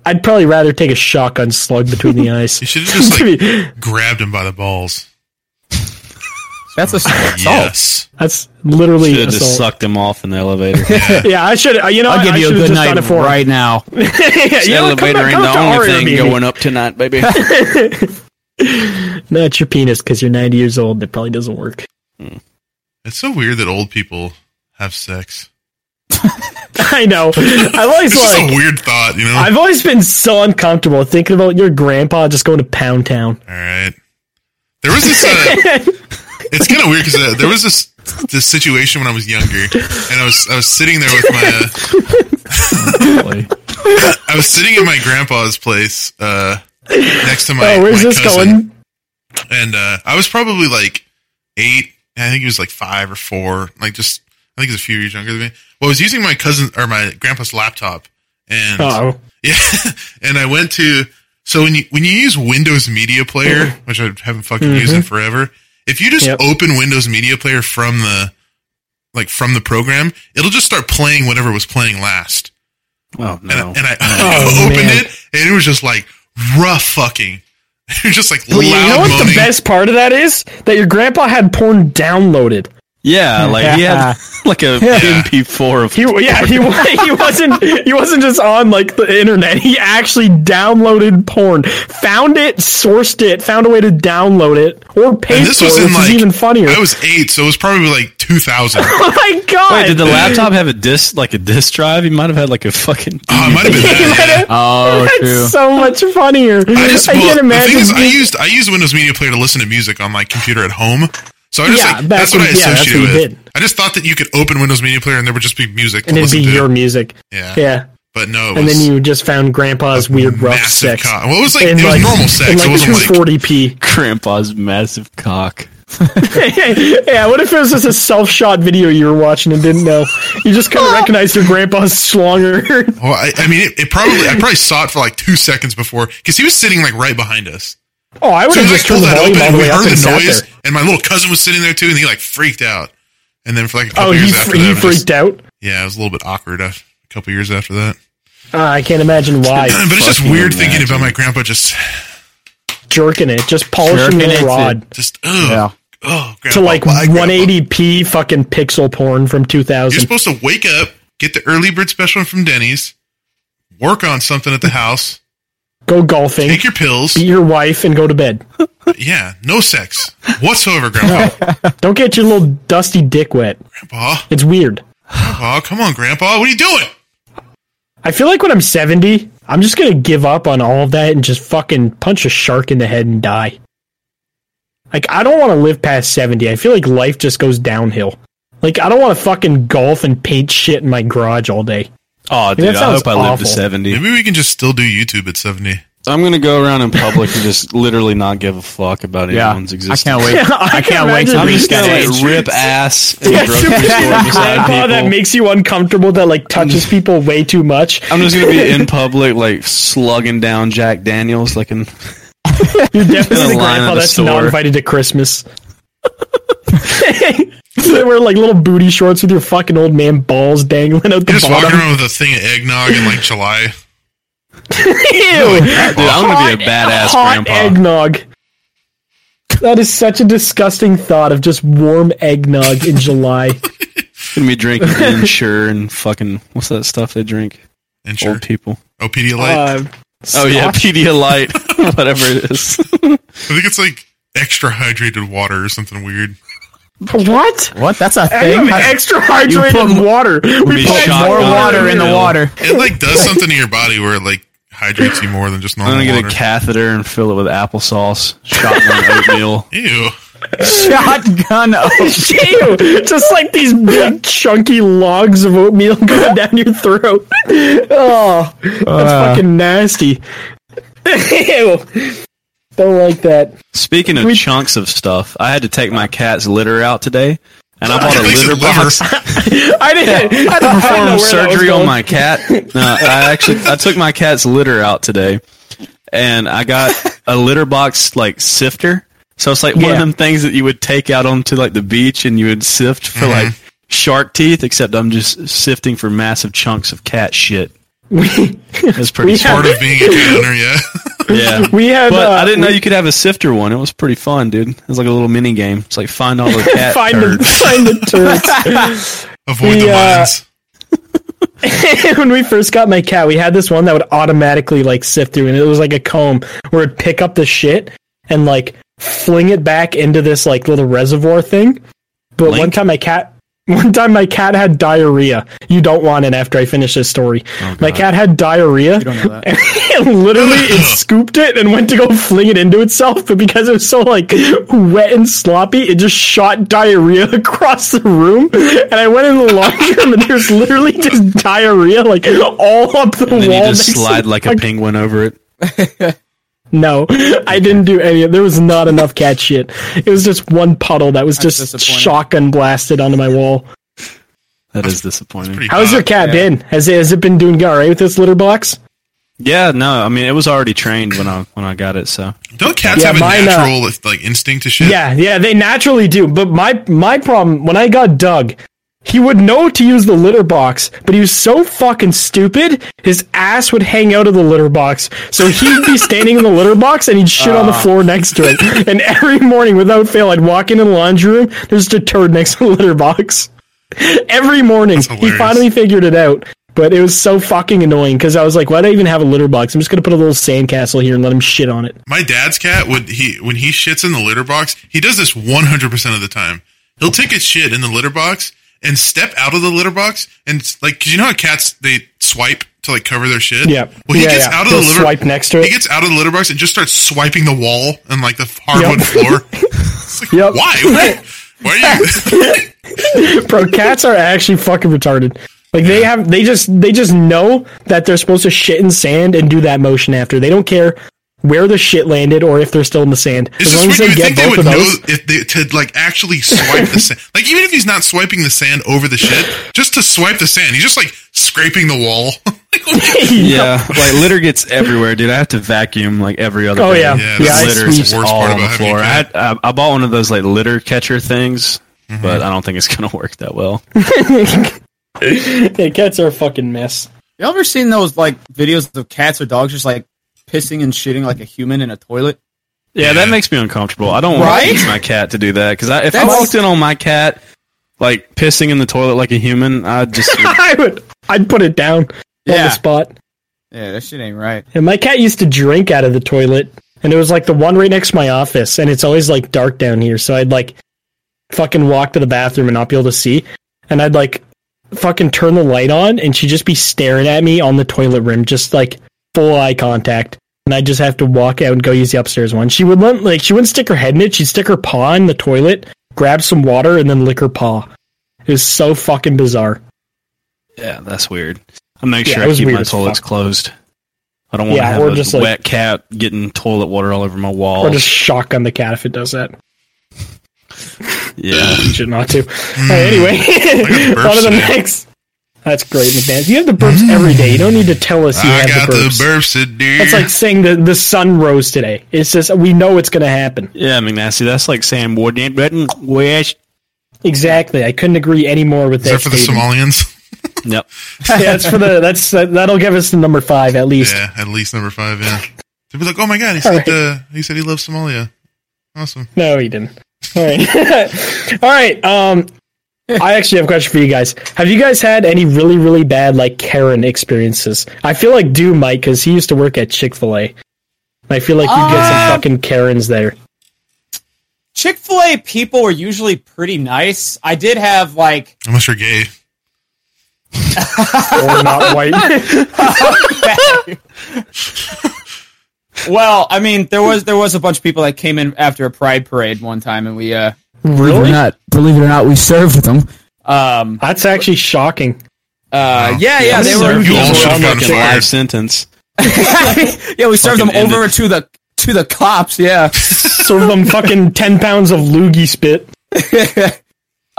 I'd probably rather take a shotgun slug between the eyes. You should have just To like be- grabbed him by the balls. That's a salt. Yes. That's literally Should have just assault. sucked him off in the elevator. Yeah, I should. You know, I'll what? give I you a should've good just done night it for him. right now. yeah, you know, come elevator on- ain't come the to our only thing Airbnb. going up tonight, baby. No, it's your penis because you're 90 years old. That probably doesn't work. It's so weird that old people have sex. I know. I've always It's just like, a weird thought, you know. I've always been so uncomfortable thinking about your grandpa just going to Pound Town. All right. There was this. Uh, it's kind of weird because uh, there was this this situation when I was younger, and I was I was sitting there with my. Uh, I was sitting at my grandpa's place uh, next to my. oh, my where's this cousin, going? And uh, I was probably like eight. and I think he was like five or four. Like just, I think he's a few years younger than me. Well, I was using my cousin or my grandpa's laptop, and Oh, yeah, and I went to so when you when you use Windows Media Player, which I haven't fucking used in forever. If you just Mm-hmm. Yep. open Windows Media Player from the like from the program, it'll just start playing whatever was playing last. Oh And, no! I, and I Oh, opened man. it, and it was just like rough fucking. It was just like Well, you know loud what the moaning. best part of that is? That your grandpa had porn downloaded. Yeah, like he had like a MP4 of He, yeah, he, wa- he wasn't he wasn't just on like the internet. He actually downloaded porn, found it, sourced it, found a way to download it or pay And for this it, was in which like is even funnier. I was eight, so it was probably like two thousand. oh my god! Wait, did the laptop have a disc like a disc drive? He might have had like a fucking Oh, it might have been that. yeah. Oh, That's so much funnier. I, I just well, can't the thing imagine. is, I used I used Windows Media Player to listen to music on my computer at home. So I just Yeah, like back that's what I when- yeah, that's associated what you with. did. I just thought that you could open Windows Media Player and there would just be music to and it'd listen be to. your music. yeah. Yeah. but no, it And was then you just found Grandpa's weird rough massive sex. cock. Well, it was like it in was normal sex. in it like wasn't like 240p. grandpa's massive cock. yeah, what if it was just a self shot video you were watching and didn't know? You just couldn't Ah. recognize your grandpa's schlonger. Well, I, I mean, it, it probably I probably saw it for like two seconds before because he was sitting like right behind us. Oh, I would So have we like just turned pulled the that volume all open. the We way up heard and the sat noise, there. and my little cousin was sitting there too, and he like freaked out. And then for like a couple Oh, he, years fr- after he that, I just- freaked out. yeah, it was a little bit awkward. After, a couple years after that, Uh, I can't imagine why but it's just fucking weird thinking about my grandpa just jerking it, just polishing Jerking the it rod just ugh, Yeah. oh grandpa, to like why, grandpa? 180p fucking pixel porn from You're 2000. supposed to wake up, get the early bird special from Denny's, work on something at the house, Go golfing, take your pills. beat your wife, and go to bed. Yeah, no sex whatsoever, grandpa. Don't get your little dusty dick wet. grandpa, It's weird. grandpa, come on, grandpa, what are you doing? I feel like when I'm 70, I'm just gonna give up on all of that and just fucking punch a shark in the head and die. Like I don't want to live past 70. I feel like life just goes downhill. Like I don't want to fucking golf and paint shit in my garage all day. Oh, dude, I sounds hope I live awful. to seventy. Maybe we can just still do YouTube at 70. I'm gonna go around in public and just literally not give a fuck about Yeah, anyone's I existence. can't wait. Yeah, I I can't can't wait to imagine I'm reach just that gonna age. like, rip ass in the Yes, grocery store beside grandpa Oh, that people. makes you uncomfortable that like touches people way too much. I'm just gonna be in public, like slugging down Jack Daniels, like in You're definitely Gonna the line grandpa at the that's not store. invited to Christmas. they wear like little booty shorts with your fucking old man balls dangling out the You're just bottom. walking around with a thing of eggnog in like July. Ew. dude. I'm gonna be a badass hot grandpa. eggnog. That is such a disgusting thought of just warm eggnog in July. Gonna be drinking insure and fucking what's that stuff they drink? And sure. Old people. Oh, Pedialyte. Uh, Oh yeah, Pedialyte, whatever it is. I think it's like extra hydrated water or something weird. what? What? That's a Hang thing. on, extra You put hydrated m- water. We be put shocked More Shotgun. water in the Yeah. water. It like does something to your body where it like hydrates you more than just I'm normal gonna get water. a catheter and fill it with applesauce, shotgun oatmeal. Ew. Shotgun. Oh, oats. Ew, just like these big chunky logs of oatmeal going down your throat. Oh, that's Ah. fucking nasty. Ew. Don't like that. Speaking of chunks of stuff, I had to take my cat's litter out today, and I bought a At least litter it liver. box. I didn't. I had to Performed surgery on my cat. No, I actually I took my cat's litter out today, and I got a litter box like sifter. So it's like one of Yeah. them things that you would take out onto like the beach and you would sift for like shark teeth. Except I'm just sifting for massive chunks of cat shit. That's pretty we smart. Part of being a cat owner, yeah. Yeah. We had. But uh, I didn't know you could have a sifter one. It was pretty fun, dude. It was like a little mini game. It's like find all the cat find dirt. the find the turds. Avoid the, The, uh, mines. when we first got my cat, we had this one that would automatically like sift through, and it was like a comb where it'd pick up the shit and like fling it back into this like little reservoir thing. But one Blink? time my cat, one time my cat had diarrhea. You don't want it after I finish this story. Oh, my cat had diarrhea. and literally, it scooped it and went to go fling it into itself, but because it was so like wet and sloppy, it just shot diarrhea across the room. And I went in the laundry room, and there's literally just diarrhea like all up the And then wall. you just next to slide the like a fucking- penguin over it. No, I didn't do any. of There was not enough cat shit. It was just one puddle that was just disappointing. shotgun blasted onto my wall. That is disappointing. Pretty How's hot. your cat been? Has it has it been doing all right with this litter box? Yeah, no, I mean it was already trained when I when I got it. So Don't cats Yeah, have a mine, uh, natural like instinct to shit? Yeah, yeah, they naturally do. But my my problem when I got Doug, He would know to use the litter box, but he was so fucking stupid, his ass would hang out of the litter box. So he'd be standing in the litter box and he'd shit on the Ah. floor next to it. And every morning, without fail, I'd walk into the laundry room, there's just a turd next to the litter box. Every morning, he hilarious. finally figured it out. But it was so fucking annoying because I was like, why do I even have a litter box? I'm just going to put a little sandcastle here and let him shit on it. My dad's cat would he when he shits in the litter box, he does this 100% of the time. He'll take a shit in the litter box and step out of the litter box and like cuz you know how cats they swipe to like cover their shit. Yeah. Well, he Yeah, gets yeah. out of They'll the litter swipe next to it. He gets out of the litter box and just starts swiping the wall and like the hardwood floor. It's like, Yep. Why? Why? Why are you Bro, cats are actually fucking retarded. Like they have, they just, they just know that they're supposed to shit in sand and do that motion after. They don't care where the shit landed or if they're still in the sand. It's just weird. You would think they would know if they, to like actually swipe the sand. Like even if he's not swiping the sand over the shit, just to swipe the sand, he's just like scraping the wall. Yeah, like litter gets everywhere, dude. I have to vacuum like every other. Oh, day. yeah. Yeah, There's that's litter the is worst all part on the about having a floor. I, cat. Mm-hmm. had, I, I bought one of those like litter catcher things, but I don't think it's gonna work that well. yeah, cats are a fucking mess. Y'all ever seen those like videos of cats or dogs just like pissing and shitting like a human in a toilet? Yeah, that makes me uncomfortable. I don't want to Right? teach my cat to do that because if I That's- walked in on my cat like pissing in the toilet like a human, I just I would, I'd put it down on the Yeah. spot. Yeah, that shit ain't right. And my cat used to drink out of the toilet, and it was like the one right next to my office, and it's always like dark down here, so I'd like fucking walk to the bathroom and not be able to see, and I'd like fucking turn the light on, and she'd just be staring at me on the toilet rim, just like full eye contact, and I'd just have to walk out and go use the upstairs one. She would not like she wouldn't stick her head in it; she'd stick her paw in the toilet, grab some water, and then lick her paw. It was so fucking bizarre. yeah, that's weird. I make Yeah, sure it I was keep weird my as toilets fuck. closed. I don't want to Yeah, have or a just, like- wet cat getting toilet water all over my Or walls. just shotgun the cat if it does that. yeah. Should not to. Mm. Alright, anyway, burps on to the today. next. That's great in advance. You have the burps every day. You don't need to tell us you I have got the the burps. burps, dude. That's like saying the the sun rose today. It's just we know it's going to happen. Yeah, I mean, that's, that's like saying, "Wouldn't it wouldn't wish?" Exactly. I couldn't agree any more with that. except for the statement. Somalians. Yep. yeah, that's for the that's that'll give us the number five at least. Yeah, at least number five. Yeah, they'd be like, "Oh my god, he said uh, he said he loves Somalia." Awesome. No, he didn't. All right. All right. Um, I actually have a question for you guys. Have you guys had any really, really bad, like, Karen experiences? I feel like Do might, because he used to work at Chick fil A. I feel like you get some fucking Karens there. Chick fil A people were usually pretty nice. I did have, like, Unless you're gay. Or not white. well, I mean, there was there was a bunch of people that came in after a pride parade one time, and we, uh, Believe it really? or not, believe it or not, we served them. um, That's actually shocking. uh, yeah, yeah, they were, You all should have gotten Fucking fired. life sentence. yeah, we served them Fucking end over to the to the cops. Yeah. Serve them fucking 10 pounds of loogie spit.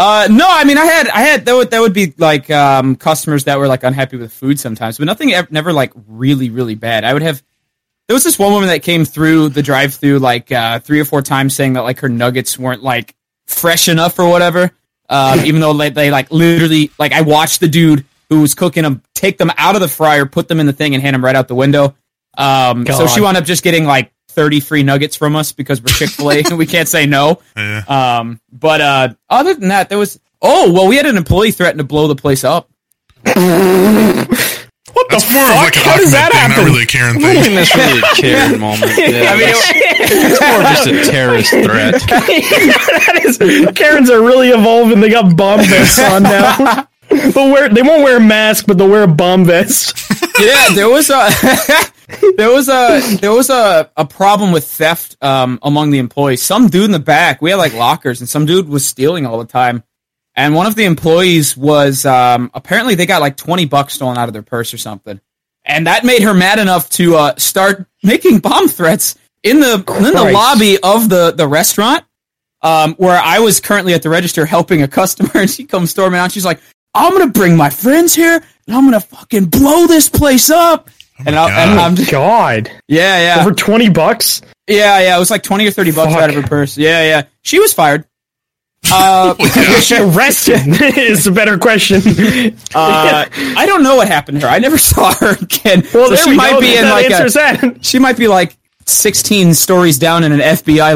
Uh, no, I mean, I had, I had that would that would be like um, customers that were like unhappy with food sometimes, but nothing ever, never like really really bad. I would have. There was this one woman that came through the drive-through like uh, three or four times, saying that like her nuggets weren't like fresh enough or whatever. Um, even though like, they like literally like I watched the dude who was cooking them take them out of the fryer, put them in the thing, and hand them right out the window. Um, so God. she wound up just getting like thirty free nuggets from us because we're Chick Fil A and we can't say no. Yeah. Um, but uh, other than that, there was oh well, we had an employee threaten to blow the place up. That's more of like an awkward thing, not really a Karen I thing. think that's really a Karen moment. Yeah, I mean, it's more just a terrorist threat. that is, Karens are really evolving. They got bomb vests on now. They'll wear, they won't wear a mask, but they'll wear a bomb vest. yeah, there was a there was a there was a, a problem with theft um, among the employees. Some dude in the back, we had like lockers, and some dude was stealing all the time. And one of the employees was um, apparently they got like twenty bucks stolen out of their purse or something, and that made her mad enough to uh, start making bomb threats in the in the Christ. lobby of the the restaurant. Um, where I was currently at the register helping a customer, and she comes storming out. She's like, "I'm gonna bring my friends here, and I'm gonna fucking blow this place up." and, I, and God. I'm just, God. yeah, yeah, Oh Over 20 bucks? yeah, yeah. It was like twenty or thirty bucks Fuck. out of her purse. Yeah, yeah. She was fired. Uh, Arrested is a better question. uh, I don't know what happened to her. I never saw her again. Well, So there she we might go. be That in like answers a, that. she might be like 16 stories down in an FBI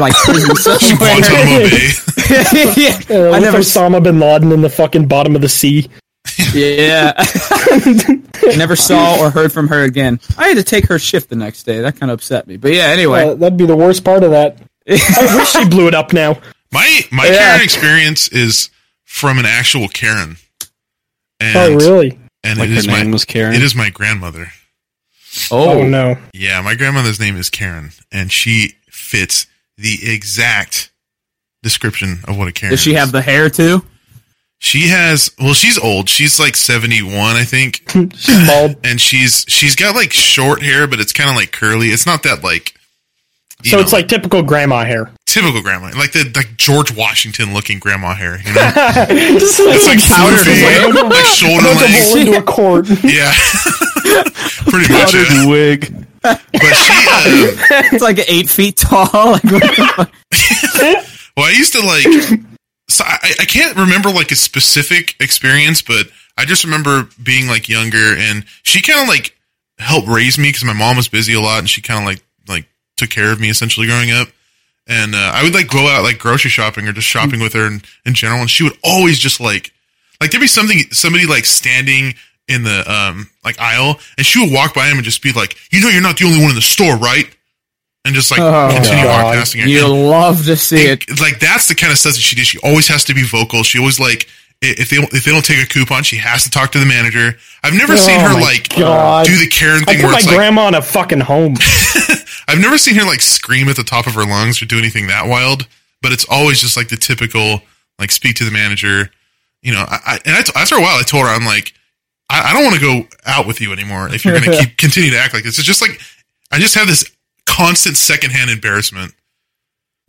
like prison somewhere. Guantanamo Bay. yeah. Uh, I with never Osama bin Laden in the fucking bottom of the sea. Yeah. I never saw or heard from her again. I had to take her shift the next day. That kind of upset me. But yeah, anyway. Uh, that'd be the worst part of that. I wish she blew it up now. My my Yeah. Karen experience is from an actual Karen. And, Oh, really? And Like it her is name my was Karen? It is my grandmother. Oh, no. Yeah, my grandmother's name is Karen, and she fits the exact description of what a Karen. Does she is. have the hair too? She has. Well, she's old. She's like seventy one, I think, Hmm. She's bald. and she's she's got like short hair, but it's kind of like curly. It's not that like. you So it's know, like typical grandma hair. typical grandma, like the like George Washington looking grandma hair. You know, Just it's like powdered floofy, wig. like shoulder a hole length. into a court. Yeah, pretty much. yeah. wig. But she. Uh, It's like eight feet tall. Like, what the fuck? Well, I used to like. So I, I can't remember like a specific experience, but I just remember being like younger, and she kind of like helped raise me because my mom was busy a lot, and she kind of like like took care of me essentially growing up. And uh, I would like go out like grocery shopping or just shopping with her in, in general, and she would always just like like there'd be something somebody like standing in the um like aisle, and she would walk by him and just be like, "You know, you're not the only one in the store, right?" And just like continue walking past her. you And- love to see it. it- like that's the kind of stuff that she did. She always has to be vocal. She always like i- if they don't- if they don't take a coupon, she has to talk to the manager. I've never seen her Oh my like God. do the Karen I thing put where my it's like grandma in a fucking home. I've never seen her like scream at the top of her lungs or do anything that wild. But it's always just like the typical like speak to the manager. You know, I, I and I t- after a while, I told her I'm like I, I don't want to go out with you anymore if you're going to keep continue to act like this. It's just like I just have this constant secondhand embarrassment.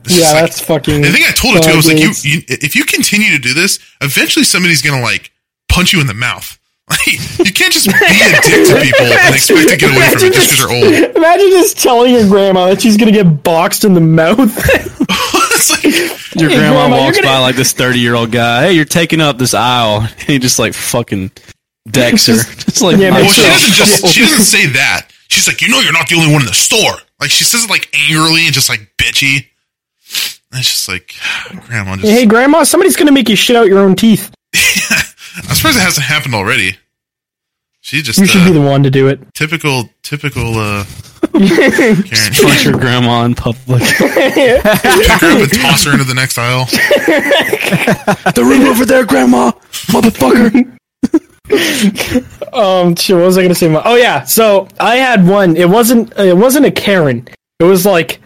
It's just Yeah, like- that's fucking. I think I told her too. I was like, you, Stargates. you, if you continue to do this, eventually somebody's gonna like punch you in the mouth. Like, you can't just be a dick to people and expect to get away from it just because you're old. Imagine just telling your grandma that she's gonna get boxed in the mouth. it's like, Your Hey, grandma, grandma, you're walks gonna- by like this thirty-year-old guy. Hey, you're taking up this aisle. And he just like fucking decks her. Just like Yeah, but well, knocks she her doesn't just off. she doesn't say that. She's like, you know, you're not the only one in the store. Like she says it like angrily and just like bitchy. And it's just like, grandma. Just, hey, grandma, somebody's gonna make you shit out your own teeth. I'm surprised it hasn't happened already. She just You should uh, be the one to do it. typical, typical. uh Karen. punch your grandma in public. pick her up and toss her into the next aisle. the room over there, grandma, motherfucker. Um, shit, what was I gonna say? Oh yeah, so I had one. It wasn't. It wasn't a Karen. It was like,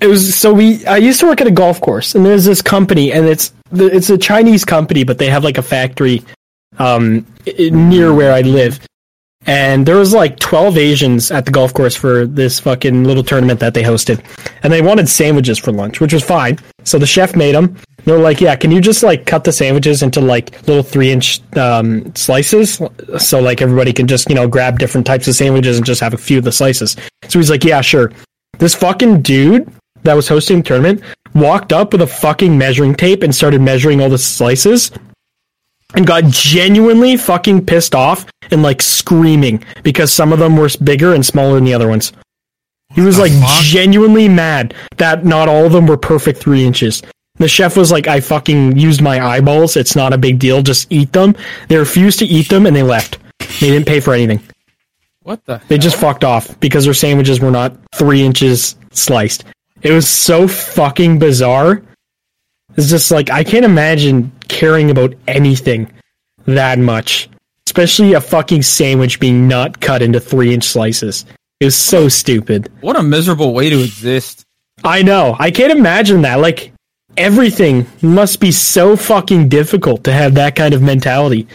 it was. So we. I used to work at a golf course, and there's this company, and it's it's a Chinese company, but they have like a factory, um, i- near where I live. And there was like twelve Asians at the golf course for this fucking little tournament that they hosted, and they wanted sandwiches for lunch, which was fine. So the chef made them. They were like, "Yeah, can you just like cut the sandwiches into like little three inch um, slices, so like everybody can just you know grab different types of sandwiches and just have a few of the slices." So he's like, "Yeah, sure." This fucking dude that was hosting the tournament walked up with a fucking measuring tape and started measuring all the slices and got genuinely fucking pissed off and like screaming because some of them were bigger and smaller than the other ones. He was the like fuck? genuinely mad that not all of them were perfect three inches. The chef was like, I fucking used my eyeballs. It's not a big deal. Just eat them. They refused to eat them and they left. They didn't pay for anything. What the? They just fucked off because their sandwiches were not three inches sliced. It was so fucking bizarre. It's just like I can't imagine caring about anything that much, especially a fucking sandwich being not cut into three inch slices. It was so stupid. What a miserable way to exist. I know. I can't imagine that. Like everything must be so fucking difficult to have that kind of mentality.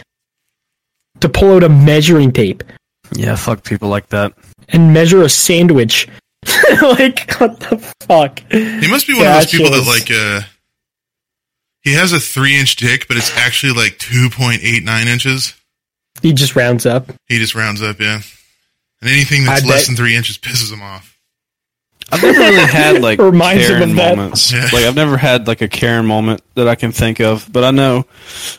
To pull out a measuring tape yeah, fuck people like that. and measure a sandwich. like what the fuck? He must be one Yeah, of those people that chills. like uh he has a three inch dick, but it's actually like two point eight nine inches. He just rounds up. He just rounds up, yeah. And anything that's I less bet- than three inches pisses him off. I've never really had like Reminds him Karen of that. moments. Like I've never had like a Karen moment that I can think of, but I know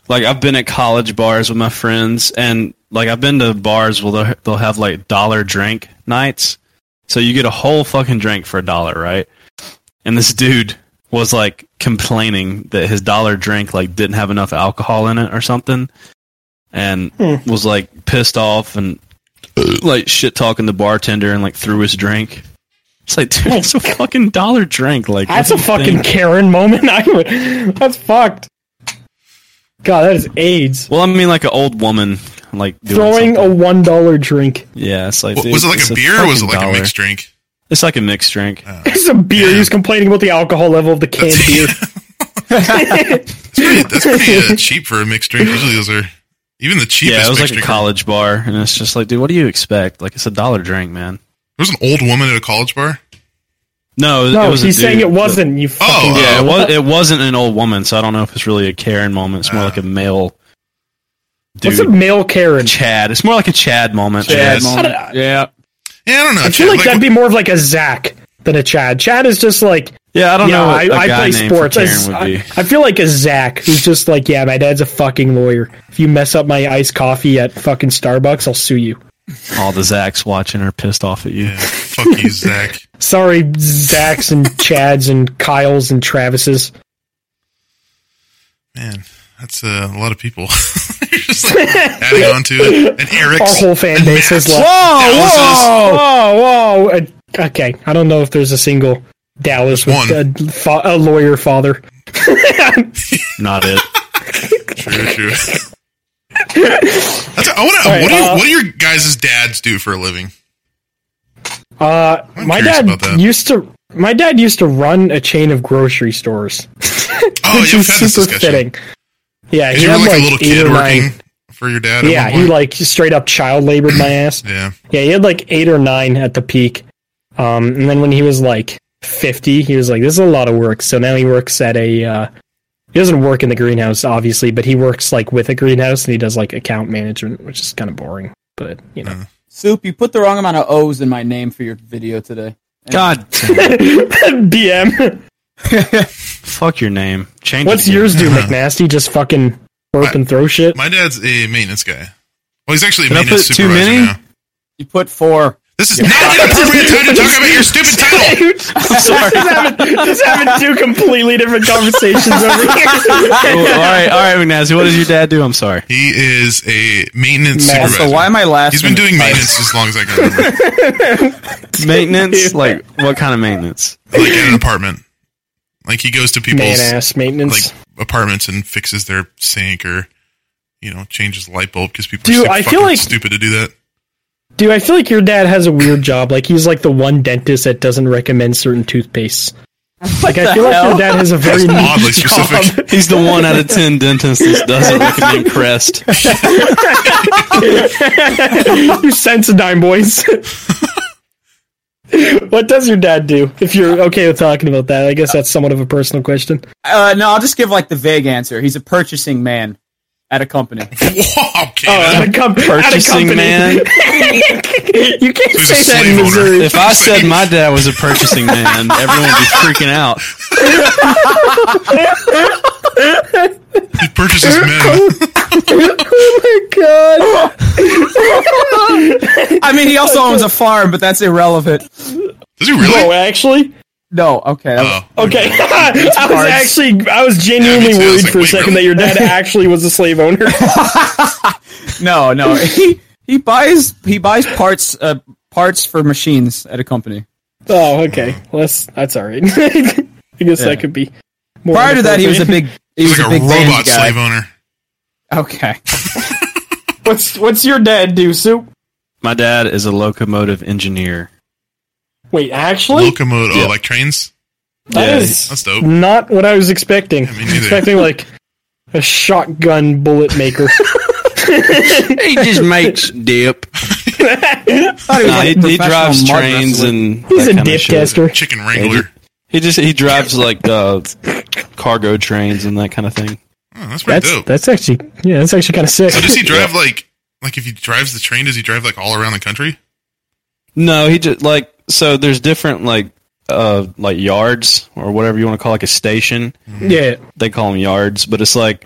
like I've been at college bars with my friends and like I've been to bars where they'll, they'll have like dollar drink nights. So you get a whole fucking drink for a dollar, right? And this dude was like complaining that his dollar drink like didn't have enough alcohol in it or something and Hmm. was like pissed off and like shit talking the bartender and like threw his drink. It's like, dude, it's a fucking dollar drink. Like That's a what do you fucking think? Karen moment. I would. That's fucked. God, that is AIDS. Well, I mean, like an old woman, like doing Throwing something. a one dollar drink. Yeah, it's like. Wa- dude, was it like it's a beer or was it fucking like a dollar. mixed drink? It's like a mixed drink. It's a beer. He was complaining about the alcohol level of the canned beer. That's pretty, that's pretty uh, cheap for a mixed drink. Usually those are even the cheapest. yeah, it was mixed like a drink. college bar, and it's just like, dude, what do you expect? Like, it's a dollar drink, man. There was an old woman at a college bar. No, No, it was a he's saying dude, uh, it but- wasn't. You fucking. Oh, Yeah, it was. It wasn't an old woman, so I don't know if it's really a Karen moment. It's more like a male. Dude, What's a male Karen? Chad. It's more like a Chad moment. Yes. Yeah. Yeah, I don't know. I feel Chad, like that'd be more of like a Zach than a Chad. Chad is just like, Yeah, I don't yeah, know. I, What I play sports. I, Karen would be. I feel like a Zach who's just like, yeah, my dad's a fucking lawyer. If you mess up my iced coffee at fucking Starbucks, I'll sue you. All the Zachs watching are pissed off at you. Yeah, fuck you, Zach. Sorry, Zachs and Chads and Kyles and Travises. Man, that's uh, a lot of people. You're just like adding on to it. And Eric's. Our whole Oh, fan and base Matt's. is like, Dallas's. whoa, whoa, whoa. Uh, okay, I don't know if there's a single Dallas with One. A, fa- a lawyer father. Not it. True, true. That's, I want to. Alright, what, do you- uh, what do your guys' dads do for a living? Uh, I'm my curious about that. dad used to. My dad used to run a chain of grocery stores, Oh, which yeah, we've is had this super discussion. fitting. Yeah, 'Cause he you had were like, like, a little eight kid or working nine. for your dad. at Yeah, one he point? like straight up child labored my ass. yeah. Yeah, he had like eight or nine at the peak. Um, and then when he was like 50, he was like, this is a lot of work. So now he works at a, uh, he doesn't work in the greenhouse, obviously, but he works like with a greenhouse and he does like account management, which is kind of boring. But, you know, Soup, you put the wrong amount of O's in my name for your video today. God, damn, Mm. BM. fuck your name. Change. it What's again. yours do, McNasty? Just fucking burp and throw shit? My dad's a maintenance guy. Well, he's actually a Did I maintenance put too supervisor many? now. You put four. This is not an appropriate time to talk about your stupid title. Dude, Just, having, just having two completely different conversations over here. Oh, all right, all right, McNasty. What does your dad do? I'm sorry. He is a maintenance Man, supervisor. So why am I last? He's been doing maintenance as long as I can remember, like Maintenance? Like what kind of maintenance? at an apartment. Like he goes to people's Man ass maintenance. like apartments and fixes their sink or you know changes the light bulb because people Dude, are I I feel feel like- stupid to do that. Dude, I feel like your dad has a weird job. Like he's like the one dentist that doesn't recommend certain toothpaste. Like I feel like your dad has a very Oddly niche specific. job. He's the one out of ten dentists that doesn't recommend Crest. you sense dime boys. what does your dad do? If you're okay with talking about that, I guess that's somewhat of a personal question. Uh, no, I'll just give like the vague answer. He's a purchasing man at a company. Wow, okay, At that's a com- at a Purchasing company. man. you can't a say that in slave owner. Missouri. If I said my dad was a purchasing man, everyone would be freaking out. he purchases men. Oh Oh! God. I mean, he also owns a farm, but that's irrelevant. Does he really? Oh, actually. No, okay. that was- Oh, Okay, I was cards. actually, I was genuinely too. I was worried like, for a wait, really? second that your dad actually was a slave owner. No, no. He he buys he buys parts uh, parts for machines at a company. Oh, okay. Well, that's that's all right. I guess that could be. More Prior to that, he was a inappropriate. big he's he was like a, a big band robot guy. slave owner. Okay. What's what's your dad do, Soup? My dad is a locomotive engineer. Wait, actually, Locomotive, oh, like trains. that Yeah, is That's dope. not what I was expecting. me I was neither. expecting like a shotgun bullet maker. He just makes dip. Nah, he, he professional drives mud trains wrestler. and He's that a kinda dip shit. tester. Chicken wrangler. He just he drives like uh, cargo trains and that kind of thing. Oh, that's pretty That's dope. that's actually yeah, that's actually kind of sick. so does he drive like like if he drives the train? Does he drive like all around the country? No, he just like so. There's different like uh like yards or whatever you want to call like a station. Yeah. They call them yards, but it's like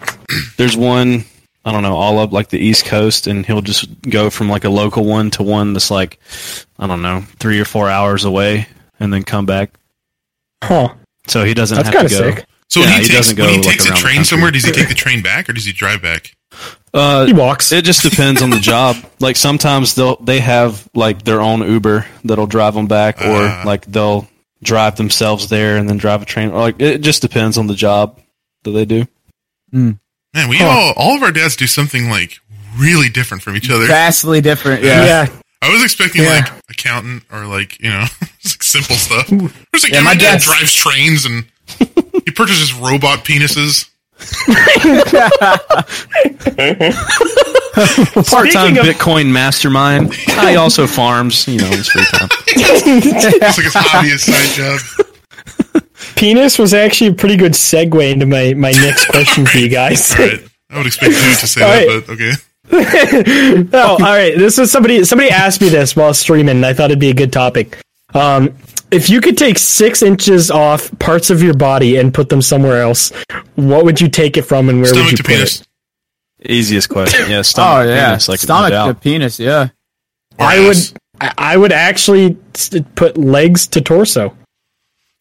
there's one I don't know all up like the East Coast, and he'll just go from like a local one to one that's like I don't know three or four hours away, and then come back. Huh. So he doesn't That's have to kinda go. sick. So Yeah, when he, takes, doesn't go, when he like, takes a around the train country. somewhere, does he take the train back or does he drive back? Uh, He walks. It just depends on the job. Like sometimes they'll they have like their own Uber that'll drive them back, or like they'll drive themselves there and then drive a train. Or, like it just depends on the job that they do. Man, we all all of our dads do something like really different from each other. Vastly different. Yeah. Yeah. I was expecting Yeah. like accountant or like you know just, like, simple stuff. I was like, yeah, my, my dad dad's- drives trains and he purchases robot penises. Part time Speaking of- Bitcoin mastermind. He also farms. You know, in his free time. It's like his hobby, his side job. Penis was actually a pretty good segue into my, my next question for you guys. All right, I would expect you to say All that, right. but okay. oh, all right. This was somebody. Somebody asked me this while streaming. and I thought it'd be a good topic. Um, if you could take six inches off parts of your body and put them somewhere else, what would you take it from, and where would Stomach you to put penis. it? Easiest question. Yeah, Oh stomach. yeah. penis, like, no Stomach doubt. to penis. Yeah. Or I would. ass. I- I would actually s- put legs to torso.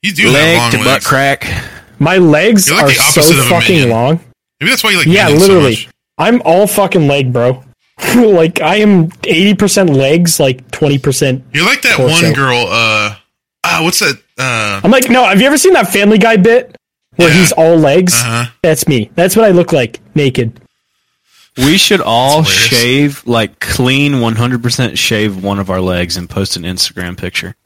You do have long leg to legs. butt crack. My legs You're like are the so opposite of a fucking man. long. Maybe that's why you like. Yeah, Minions so literally. much. I'm all fucking leg, bro. like I am eighty percent legs, like twenty percent. You're like that Torso. one girl. Uh, ah, what's that? Uh, I'm like, no. Have you ever seen that Family Guy bit where Yeah. he's all legs? uh-huh. That's me. That's what I look like naked. We should all That's hilarious. shave, like clean, 100% shave one of our legs and post an Instagram picture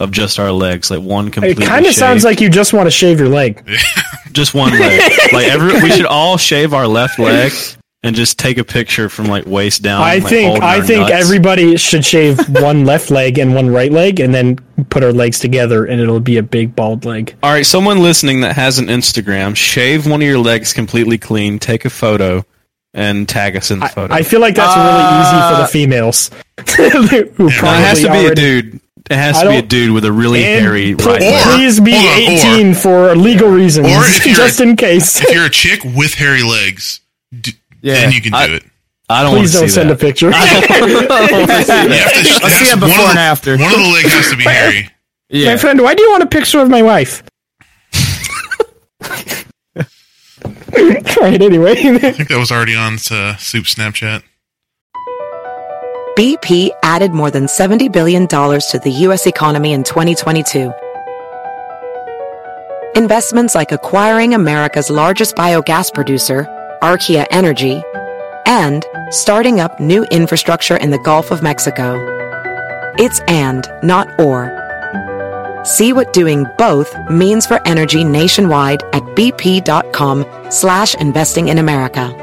of just our legs, like one It completely. kind of sounds shaved. like you just want to shave your leg. just one leg. like every, we should all shave our left leg and just take a picture from like waist down. I like, think holding I our think nuts. everybody should shave one left leg and one right leg, and then put our legs together, and it'll be a big bald leg. All right, someone listening that has an Instagram, shave one of your legs completely clean, take a photo, and tag us in the photo. I feel like that's really easy for the females. who No, it has probably to be a already- dude. It has I to be a don't- dude with a really And hairy pl- right leg. please be Hold on, or- 18 for legal reasons, Or if you're- just in case. If you're a chick with hairy legs, d- then you can do I- it. I don't want Please to don't see send that. a picture. Oh, Let's see a before and after. One of the legs has to be hairy. My friend, why do you want a picture of my wife? All right, anyway. I think that was already on to Soup Snapchat. BP added more than $70 billion to the U.S. economy in 2022. Investments like acquiring America's largest biogas producer, Archaea Energy, and starting up new infrastructure in the Gulf of Mexico. It's and, not or. See what doing both means for energy nationwide at bp.com slash investing in America.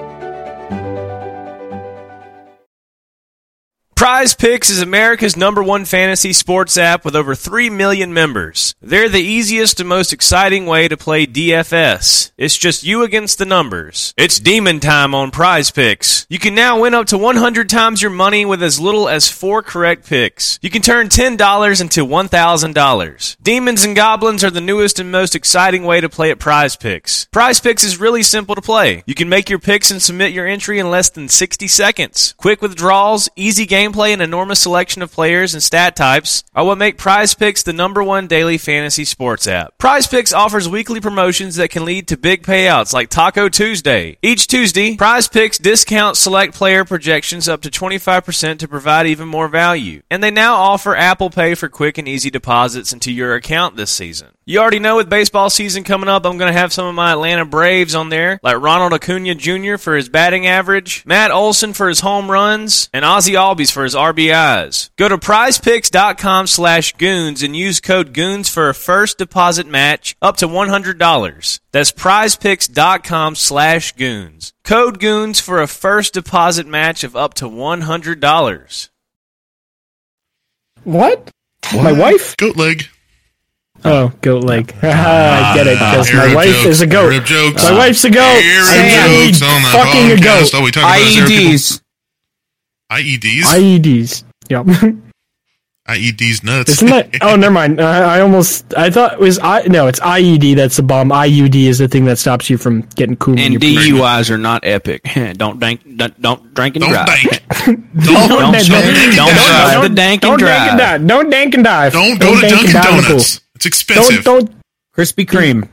Prize Picks is America's number one fantasy sports app with over 3 million members. They're the easiest and most exciting way to play DFS. It's just you against the numbers. It's demon time on Prize Picks. You can now win up to 100 times your money with as little as 4 correct picks. You can turn $10 into $1,000. Demons and Goblins are the newest and most exciting way to play at Prize Picks. Prize Picks is really simple to play. You can make your picks and submit your entry in less than 60 seconds. Quick withdrawals, easy gameplay, and enormous selection of players and stat types are what make Prize Picks the number one daily fantasy sports app. Prize Picks offers weekly promotions that can lead to big payouts like Taco Tuesday. Each Tuesday, Prize Picks discounts select player projections up to 25% to provide even more value. And they now offer Apple Pay for quick and easy deposits into your account this season. You already know with baseball season coming up, I'm going to have some of my Atlanta Braves on there, like Ronald Acuna Jr. for his batting average, Matt Olson for his home runs, and Ozzy Albies for his RBIs. Go to prizepicks.com slash goons and use code goons for a first deposit match up to $100. That's prizepicks.com slash goons. Code goons for a first deposit match of up to $100. what? My wife? Goat leg. Oh, goat leg. Ah, I get it, because my Arab wife jokes, is a goat. Arab jokes. My wife's a goat. Arab Sam, jokes Oh on the fucking a podcast. goat. All we E talk about is Arab people. E IEDs. IEDs. IEDs. Yep. IED's nuts. Isn't that? Oh, never mind. I, I almost. I thought it was I. No, it's IED. That's the bomb. IUD is the thing that stops you from getting cool. when And you're pregnant. DUIs are not epic. don't drink. Don't, don't drink and Don't drive. think. Don't, don't, Don't don't, drink. don't Don't- drive the dank and don't- don't dank and drive. dive. Don't dank and dive. Don't go to dank and Dunkin' dive in the Donuts. It's pool. expensive. Don't don't. Krispy Kreme.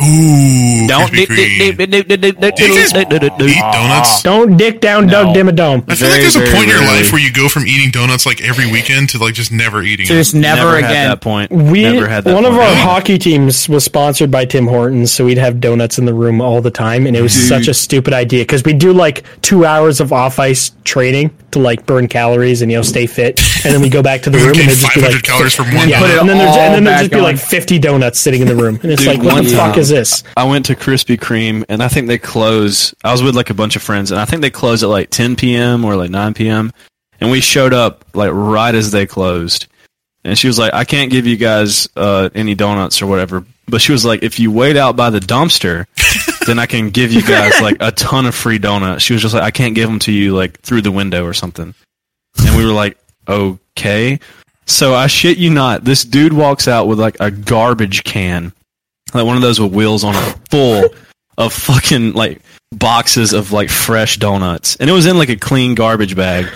Ooh, Krispy Don't do- do- Kreme. do- do- do- do- do- Do you guys do- do- do- do- Eat donuts. Don't dick down Doug Dimmadome. I feel like there's a point in your life where you go from eating donuts like every weekend to like just never eating. So them. just never, Never had again. that point. We Never had that one of point. our hockey teams was sponsored by Tim Hortons, so we'd have donuts in the room all the time, and it was such a stupid idea because we do like two hours of off ice training to like burn calories and you know stay fit, and then we go back to the We room would gain and there'd just be 500 like calories from one yeah, donut. and then there's all and then there'd back just be on. like fifty donuts sitting in the room, and it's Dude, like what one the fuck time- is this? I went to Krispy Kreme and I think they close. I was with like a bunch of friends and I think they closed at like 10 p.m. or like 9 p.m. And we showed up like right as they closed. And she was like, I can't give you guys uh, any donuts or whatever. But she was like, if you wait out by the dumpster, then I can give you guys like a ton of free donuts. She was just like, I can't give them to you like through the window or something. And we were like, okay. So I shit you not, this dude walks out with like a garbage can like one of those with wheels on it, full of fucking like boxes of like fresh donuts, and it was in like a clean garbage bag,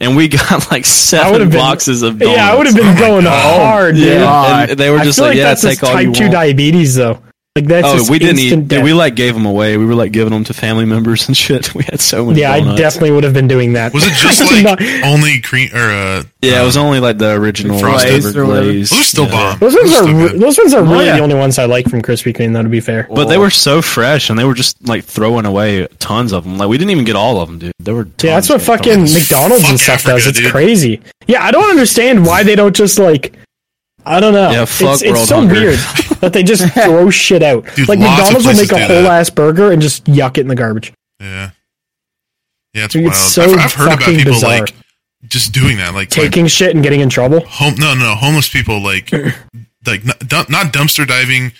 and we got like seven would've been- boxes of donuts. Yeah, I would have been going hard, dude. Yeah, and they were I just feel like, yeah, that's just take all type you two want. diabetes though. Like that's Oh, just we didn't instant eat. death. dude, we like gave them away. We were like giving them to family members and shit. We had so many. yeah, I donuts. definitely would have been doing that. Was it just I did like not- only cream or uh? Yeah, it was only like the original Frosted. flavored Or whatever. glaze. Those are still Yeah. bomb. Those ones Those are are re- good. those ones are really yeah. the only ones I like from Krispy Kreme. Though to be fair, But they were so fresh, and they were just like throwing away tons of them. Like we didn't even get all of them, dude. There were tons yeah, that's what of them. fucking McDonald's and Fuck stuff Africa, does. It's dude. crazy. Yeah, I don't understand why they don't just like. I don't know. Yeah, fuck it's, it's world so hunger. weird that they just throw shit out. Dude, like lots of McDonald's will places make a do whole that. ass burger and just yuck it in the garbage. Yeah, yeah, it's Dude, wild. it's so I've, I've heard about fucking people bizarre. like just doing that, like like, Taking shit and getting in trouble. home. No, no, homeless people like like not, dump, not dumpster diving,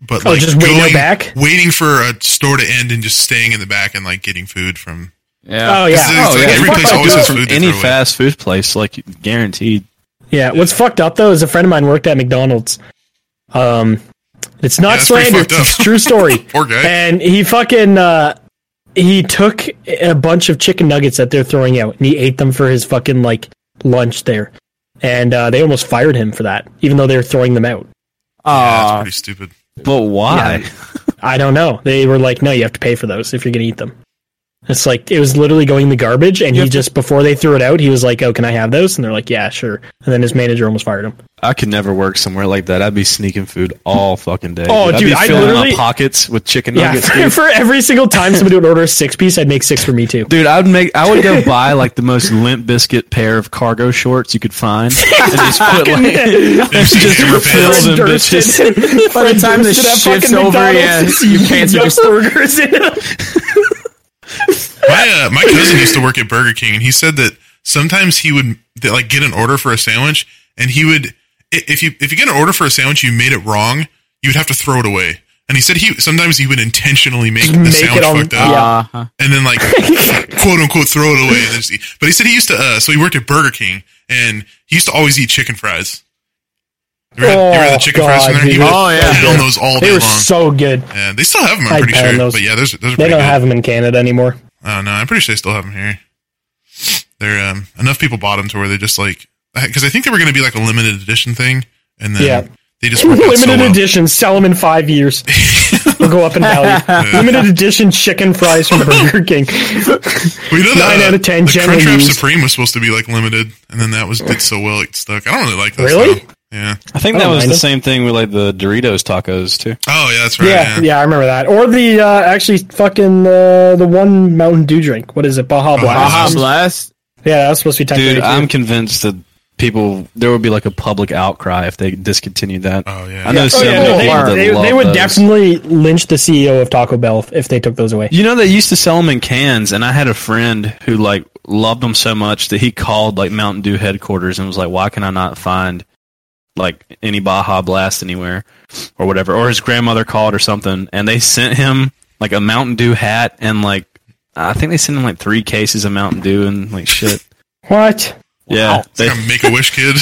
but Oh, like just waiting back? waiting for a store to end and just staying in the back and like getting food from. Yeah. Oh yeah. It's like every place always has food. to any throw away. fast food place, like guaranteed. Yeah, what's fucked up though is a friend of mine worked at McDonald's. Um, it's not that's pretty slander; fucked it's, it's up. true story. Poor guy. And he fucking uh, he took a bunch of chicken nuggets that they're throwing out, and he ate them for his fucking like lunch there. And uh, they almost fired him for that, even though they were throwing them out. Yeah, it's Aw. pretty stupid. But why? I don't know. They were like, "No, you have to pay for those if you're gonna eat them." It's like it was literally going in the garbage, and he just before they threw it out, he was like, "Oh, can I have those?" And they're like, "Yeah, sure." And then his manager almost fired him. I could never work somewhere like that. I'd be sneaking food all fucking day. Oh, I'd dude, be I filling literally- my pockets with chicken Yeah, nuggets. for, dude. for every single time somebody would order a six piece, I'd make six for me too. Dude, I would make. I would go buy like the most limp biscuit pair of cargo shorts you could find, and just put like You've seen just hammer fill pants. them bitches. By the time the shift's over, yeah, your pants are just burgers in them. My uh, my cousin used to work at Burger King, and he said that sometimes he would that, like get an order for a sandwich, and he would i- if you if you get an order for a sandwich, you made it wrong, you would have to throw it away. And he said he sometimes he would intentionally make the make sandwich it on- fucked up, yeah. Uh-huh. and then like quote unquote throw it away. And then just eat. But he said he used to. Uh, so he worked at Burger King, and he used to always eat chicken fries. You ever, had- you ever had Oh, the chicken fries God, from there? He dude. would Oh, yeah. pound those all They day were long. so good. yeah, they still have them. I'm I'd pretty pound sure. those. But yeah, those, those are They pretty don't good. have them in Canada anymore. Oh no, I'm pretty sure they still have them here. They're um, enough people bought them to where they're just like because I think they were going to be like a limited edition thing, and then Yeah. they just worked out so Limited well. edition, sell them in five years. They'll go up in value. Limited edition chicken fries from Burger King. Well, you know, Nine out of ten The generally Crunchwrap used. Supreme was supposed to be like limited, and then that was did so well it stuck. I don't really like those. Really? though. Yeah. I think I Oh, that don't was mind the it. same thing with like the Doritos tacos too. Oh yeah, that's right. Yeah, yeah, I remember that. Or the uh, actually fucking uh, the one Mountain Dew drink. What is it? Baja Baja Baja Blast. Blast. Yeah, that was supposed to be Dude, technically. I'm convinced that people there would be like a public outcry if they discontinued that. Oh, yeah. I know Oh, so yeah, many no, people that they, they, love they would those. definitely lynch the CEO of Taco Bell if- if they took those away. You know they used to sell them in cans, and I had a friend who like loved them so much that he called like Mountain Dew headquarters and was like, "Why can I not find like any Baja Blast anywhere or whatever?" Or his grandmother called or something, and they sent him like a Mountain Dew hat and like I think they sent him like three cases of Mountain Dew and like shit. What? Yeah, It's they, like a Make a Wish kid.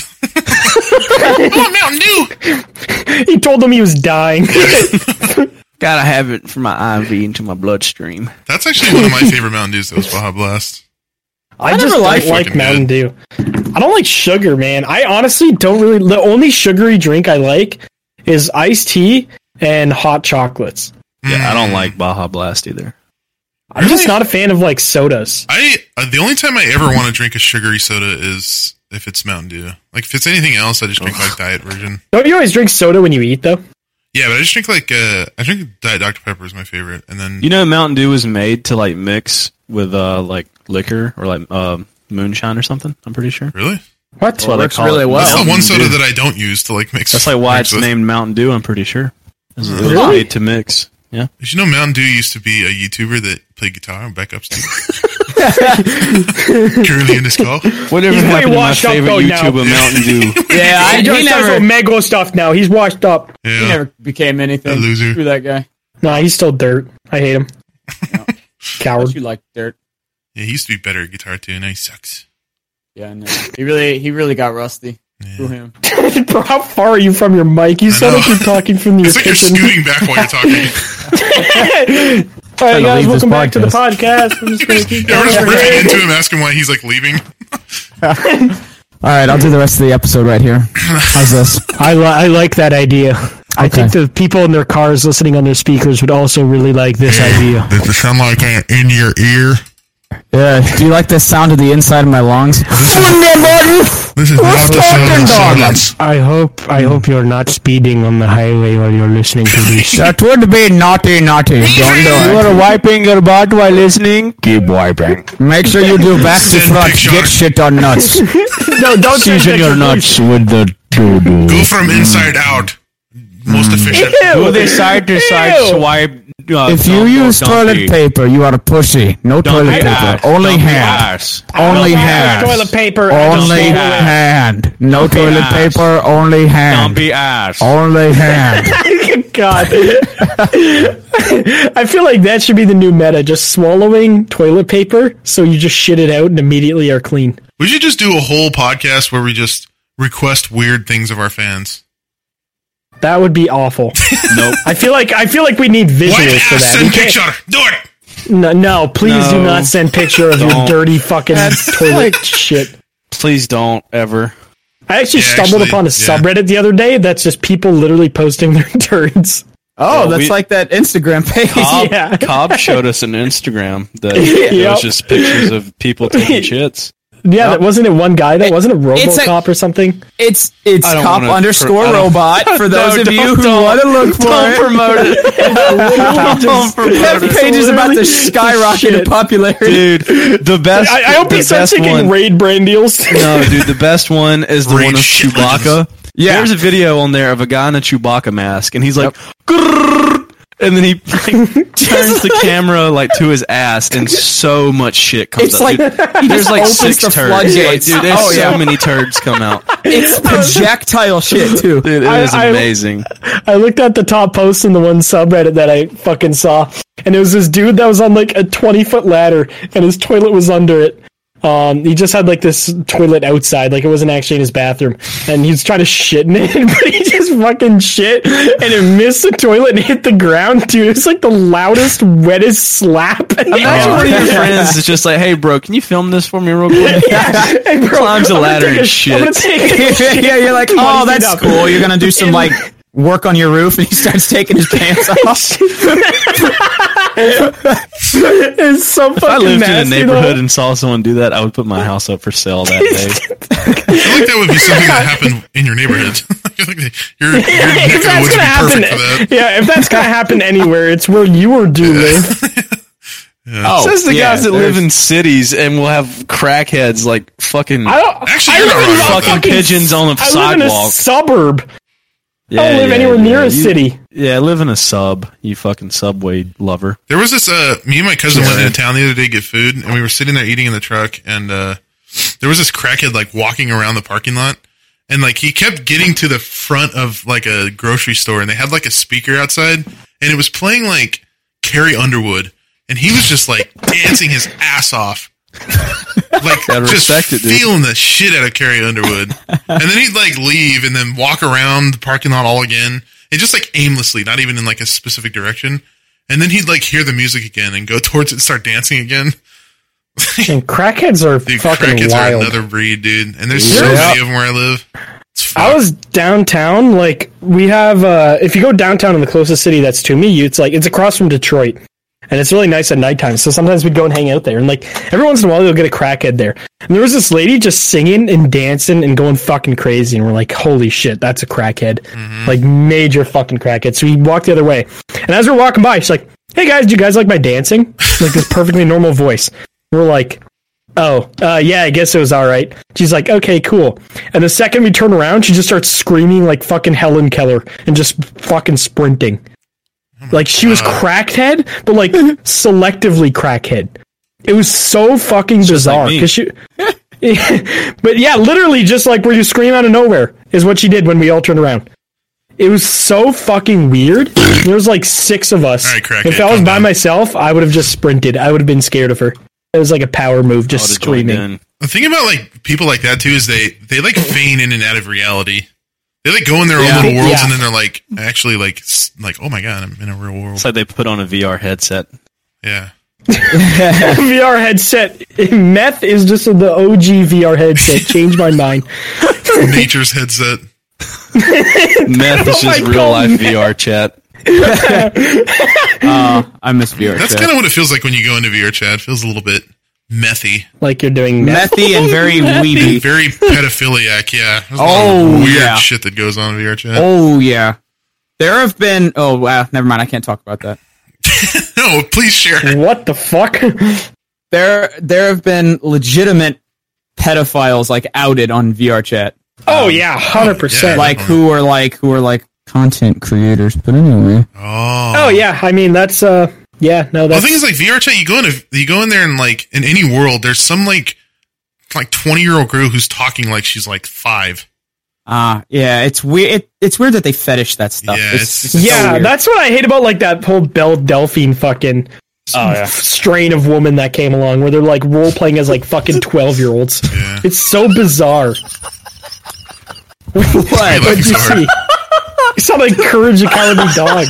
Mountain Dew. he told them he was dying. Gotta have it for my IV into my bloodstream. That's actually one of my favorite Mountain Dews. That was Baja Blast. I, never just don't liked like fucking Mountain Dew. I don't like sugar, man. I honestly don't really. The only sugary drink I like is iced tea and hot chocolates. Yeah, I don't like Baja Blast either. I'm just not a fan of like sodas. I uh, the only time I ever want to drink a sugary soda is if it's Mountain Dew. Like if it's anything else, I just drink like diet version. Don't you always drink soda when you eat though? Yeah, but I just drink like uh, I drink diet Dr Pepper is my favorite, and then You know, Mountain Dew was made to like mix with uh like liquor or like uh, moonshine or something. I'm pretty sure. really What? That's why they works call it really well. that's the Oh, Mountain one soda Dew. that I don't use to like mix. That's like why it's drinks with. named Mountain Dew. I'm pretty sure. It's Really? made to mix. Yeah. Did you know Mountain Dew used to be a YouTuber that played guitar and backup singer? Currently in his call. Whatever He's way happened to my washed up, favorite though, now. YouTuber, Mountain Dew? Yeah, I, He he does never, Omega stuff now. He's washed up. he Yeah. never became anything. That loser. Screw that guy. Nah, he's still dirt. I hate him. How Coward. you like dirt? yeah, he used to be better at guitar too, now he sucks. Yeah, I know. He really, he really got rusty. Screw him. Bro, how far are you from your mic? You sound know. like you're talking from your It's like you're kitchen. scooting back while you're talking. All right, Trying to guys, leave this welcome back to the podcast. podcast. I'm just gonna keep Everyone's ripping going. into him, asking why he's like leaving. All right, I'll do the rest of the episode right here. How's this? I, li- I like that idea. I Okay. think the people in their cars listening on their speakers would also really like this idea. Does it sound like I'm in your ear? Yeah. Do you like the sound of the inside of my lungs? This is not the sound of silence. I hope I hope you're not speeding on the highway while you're listening to this. That would be naughty, naughty. Don't do it. You are wiping your butt while listening. Keep wiping. Make sure you do back to Send front. picture. Get shit on nuts. no, don't Season your nuts with the doo-doo. Go from inside out. Most Mm. efficient. Go the side to side Ew. swipe. Uh, If you dump or use toilet dumpy. paper, you are a pussy. No Dumpy toilet paper. ass. Only Dumpy hand. ass. Only I don't hand. like toilet paper. I just Only swallow it. hand. No toilet ass. paper. Only hand. Dumpy ass. Only hand. God. I feel like that should be the new meta. Just swallowing toilet paper so you just shit it out and immediately are clean. We should just do a whole podcast where we just request weird things of our fans. That would be awful. Nope. I feel like I feel like we need visuals White for ass that. and We can't- picture. Do it. No, no, please do No. not send picture of your Don't. dirty fucking toilet shit. Please don't ever. I actually Yeah, stumbled actually, upon a yeah. subreddit the other day that's just people literally posting their turds. Oh, Oh, that's we- like that Instagram page. Cobb, Yeah. Cobb showed us an Instagram that it Yep. was just pictures of people taking shits. Yeah, that wasn't it. One guy that wasn't a it's RoboCop like- or something. It's it's I don't cop wanna- underscore I don't- robot for those of you who want to look for it. promote it. Don't That promote page is about to Shit. skyrocket in popularity. Dude, the best. I, I hope the he starts best taking one- raid brand deals. No, dude, the best one is the Raid one of shit Chewbacca. Yeah. There's a video on there of a guy in a Chewbacca mask, and he's like, "Grrrr," and then he like, turns the camera like to his ass, and so much shit comes It's up. like- dude. there's like opens six the turds. floodgates. Like, dude, there's Oh, so yeah. many turds come out. It's projectile shit too. Dude, it I- is I- amazing. I looked at the top post in the one subreddit that I fucking saw, and it was this dude that was on like a twenty foot ladder, and his toilet was under it. Um, he just had like this toilet outside, like it wasn't actually in his bathroom, and he was trying to shit in it, but he just fucking shit, and it missed the toilet and hit the ground, dude. It was like the loudest, wettest slap. Imagine one of your friends is just like, "Hey, bro, can you film this for me real quick?" Hey, bro, climbs a I'm gonna ladder take and sh- I'm gonna shits. take a yeah, yeah, you're like, oh, feet that's up. cool. You're gonna do some like work on your roof, and he starts taking his pants Oh, off. It's so fucking If I lived in a nasty, though. neighborhood and saw someone do that, I would put my house up for sale that day. I feel like that would be something that happened in your neighborhood. I feel like your, your neck if of the that's woods would gonna be happen, perfect for that. yeah, if that's gonna happen anywhere, it's where you or do live. Oh, Says the yeah, guys that live there's- in cities and will have crackheads like fucking I don't. Actually, I you're live not in wrong a about that. fucking pigeons on the I live in a sidewalk. suburb. Yeah, I don't live yeah, anywhere yeah. near a You- city. Yeah, live in a sub. You fucking subway lover. There was this. Uh, me and my cousin went into town the other day to get food, and we were sitting there eating in the truck, and uh, there was this crackhead like walking around the parking lot, and like he kept getting to the front of like a grocery store, and they had like a speaker outside, and it was playing like Carrie Underwood, and he was just like dancing his ass off. like Gotta just respect it, dude. feeling the shit out of Carrie Underwood, and then he'd like leave and then walk around the parking lot all again, and just like aimlessly, not even in like a specific direction. And then he'd like hear the music again and go towards it and start dancing again. And crackheads are Dude, fucking crackheads are wild. another breed, dude. And there's so Yeah. many of them where I live. I was downtown. Like we have, uh, if you go downtown in the closest city that's to me, you, it's like it's across from Detroit, and it's really nice at nighttime. So sometimes we'd go and hang out there, and like every once in a while you'll get a crackhead there. And there was this lady just singing and dancing and going fucking crazy, and we're like, holy shit, that's a crackhead, like major fucking crackhead. So we walked the other way, and as we're walking by, she's like, "Hey guys, do you guys like my dancing?" like this perfectly normal voice. We're like, Oh, uh, yeah, I guess it was all right. She's like, okay, cool. And the second we turn around, she just starts screaming like fucking Helen Keller and just fucking sprinting. Like she was crackhead, but like selectively crackhead. It was so fucking bizarre. me. 'cause she, but yeah, literally just like where you scream out of nowhere is what she did when we all turned around. It was so fucking weird. There was like six of us. All right, crackhead, if I was calm by down. myself, I would have just sprinted. I would have been scared of her. It was like a power move, just Would've joined screaming. in. The thing about like people like that too is they they like feign in and out of reality. They like go in their Yeah. own little worlds Yeah. and then they're like actually like s- like oh my god I'm in a real world. It's like they put on a VR headset. yeah. VR headset. Meth is just the OG VR headset. Change my mind. Nature's headset. Meth is just I real call life meth. VR chat. uh, I miss VR. That's kind of what it feels like when you go into VR chat. It feels a little bit methy, Like you're doing meth. methy and very weedy. very pedophiliac. Yeah. There's a lot Oh, of weird yeah. shit that goes on in VR chat. Oh yeah, there have been. Oh wow, never mind. I can't talk about that. No, please share. What the fuck? There, there have been legitimate pedophiles like outed on VR chat, Oh yeah, hundred percent. like who are like who are like content creators. But anyway, Oh. oh yeah. I mean that's uh yeah no Well, that's the thing is, like VR chat, you go into you go in there and like in any world, there's some like like twenty year old girl who's talking like she's like five. ah, yeah, it's weird. It, it's weird that they fetish that stuff. Yeah, it's- it's, it's so yeah weird. that's what I hate about like that whole Belle Delphine fucking f- strain of woman that came along where they're like role playing as like fucking twelve year olds. Yeah. It's so bizarre. What? You're laughing What'd you so hard. see? You sound like Courage the Cowardly Dog.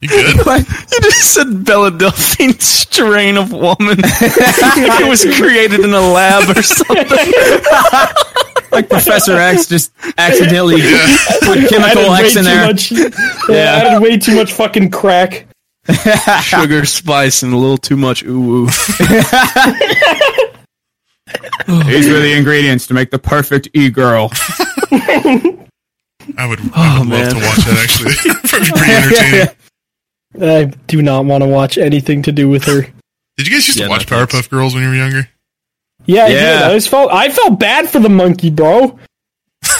You good? What? You just said Bella Delphine strain of woman. it was created in a lab or something. like Professor X just accidentally put chemical I X did in there. way too much. Yeah, I did way too much fucking crack. Sugar, spice, and a little too much ooh ooh. These were the ingredients to make the perfect e girl. I would, Oh, I would love to watch that actually. That'd be pretty entertaining. I do not want to watch anything to do with her. Did you guys used Yeah, to watch no, thanks. Powerpuff Girls when you were younger? Yeah, I Yeah. did. I always felt I felt bad for the monkey, bro.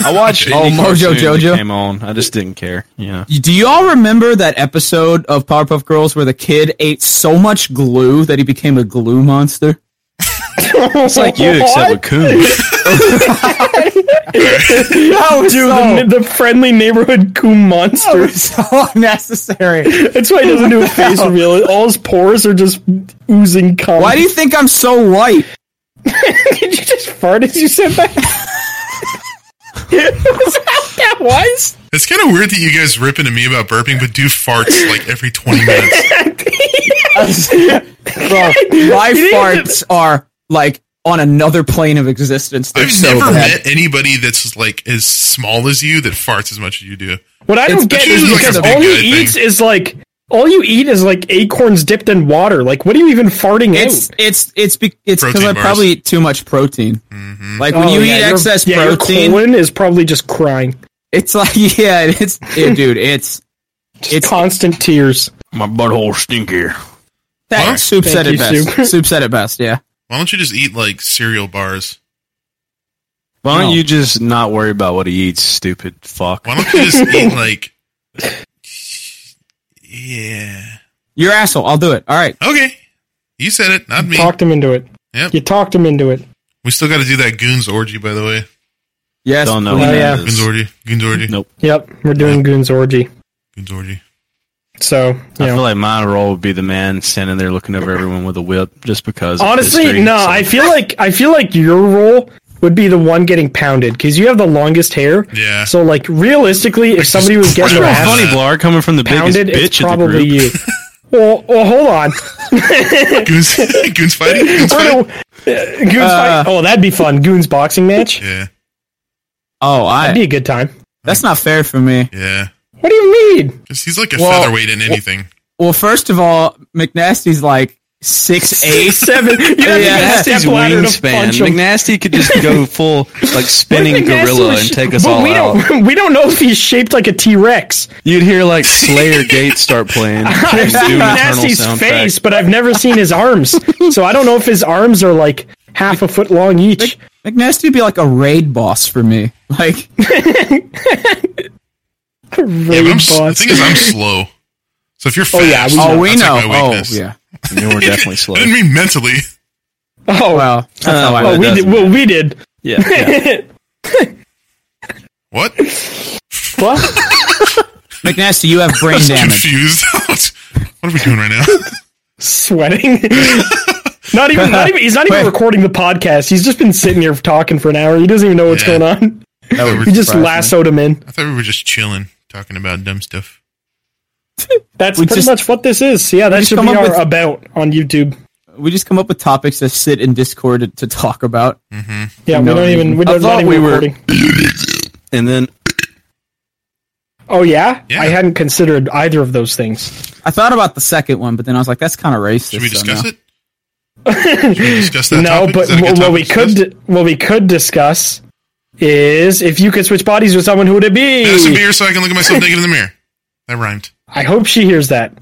I watched Oh, any Mojo cartoon that Jojo. came on. I just didn't care. Yeah. Do y'all remember that episode of Powerpuff Girls where the kid ate so much glue that he became a glue monster? It's Like you, except with Coon. No, Dude, the, the friendly neighborhood coon monster. so unnecessary. That's why he doesn't do a face reveal. All his pores are just oozing cum. Why do you think I'm so white? did you just fart as you said that? Was that that wise? It's kind of weird that you guys rip into me about burping, but do farts like every twenty minutes. Bro, my farts are like on another plane of existence. They're I've so never bad. met anybody that's like as small as you that farts as much as you do. What I It's don't get is usually because like a all you big guy eat is like all you eat is like acorns dipped in water. Like, what are you even farting It's out? it's it's be, it's Protein because I bars. Mm-hmm. probably eat too much protein. Like when Oh, you yeah, eat your- excess yeah, your protein, colon is probably just crying, it's like yeah, it's yeah, dude, it's just constant tears. My butthole stinky. that Huh? soup Thank said you, it best. Soup. Soup. said it best. Yeah, Why don't you just eat like cereal bars? Why don't No. you just not worry about what he eats, stupid fuck? Why don't you just eat like? Yeah. your asshole. I'll do it. All right. Okay. You said it, not me. Talked him into it. Yep. You talked him into it. We still got to do that goons orgy, by the way. Yes. Don't know. please. what yeah. that Goons is. orgy. Goons orgy. Nope. Yep, we're doing Goon's orgy. Goons orgy. So you I know. feel like my role would be the man standing there looking over everyone with a whip, just because. of Honestly, history, no. so- I feel like I feel like your role would be the one getting pounded because you have the longest hair. Yeah. So like realistically, if somebody was That's getting their real ass "Oh, funny, Blar, coming from the pounded, biggest it's bitch in the probably group. you. Well, well, hold on. Goons, goons fighting. Goons We're fighting. gonna- Goons Uh, fight. Oh, that'd be fun. Goons boxing match. Yeah, Oh, That'd be I. a good time. That's not fair for me. yeah. What do you mean? 'Cause he's like a Well, featherweight in anything. Well, first of all, McNasty's like six eight. Seven. You don't Yeah, even that's step McNasty's ladder to wingspan. punch 'em. McNasty could just go full like spinning What if McNasty gorilla was and sh- take us but all we out. Don't, we don't know if he's shaped like a T Rex. You'd hear like Slayer Gates start playing. I've seen Nasty's face, but I've never seen his arms. so I don't know if his arms are like half a foot long each. McNasty would be like a raid boss for me. Like, Yeah, Raid but I'm, s- the boss. thing is, I'm slow. So if you're fast, Oh, yeah, we oh, we that's know. like my oh, weakness. yeah. You were definitely slow. I didn't mean mentally. oh, Well, that's how I well, would. we does did, well, we did. Yeah, yeah. What? What? McNasty, you have brain damage. Confused. what are we doing right now? Sweating. not even. Not even. He's not even Wait. recording the podcast. He's just been sitting here talking for an hour. He doesn't even know what's Yeah. going on. I thought we We were- just lassoed him in. I thought we were just chilling, talking about dumb stuff. That's We pretty just- much what this is. Yeah, that just should come be up our with- about on YouTube. We just come up with topics that sit in Discord to, to talk about. Yeah, No we don't even. reason. We I don't, not thought even we were- recording. and then Oh yeah? Yeah. I hadn't considered either of those things. I thought about the second one, but then I was like, that's kind of racist. Should we so discuss no. it? Should we discuss that? no, topic? Is but that a good what, what topic we to discuss? could what we could discuss is if you could switch bodies with someone, who would it Have some be? beer so I can look at myself naked in the mirror. That rhymed. I hope she hears that.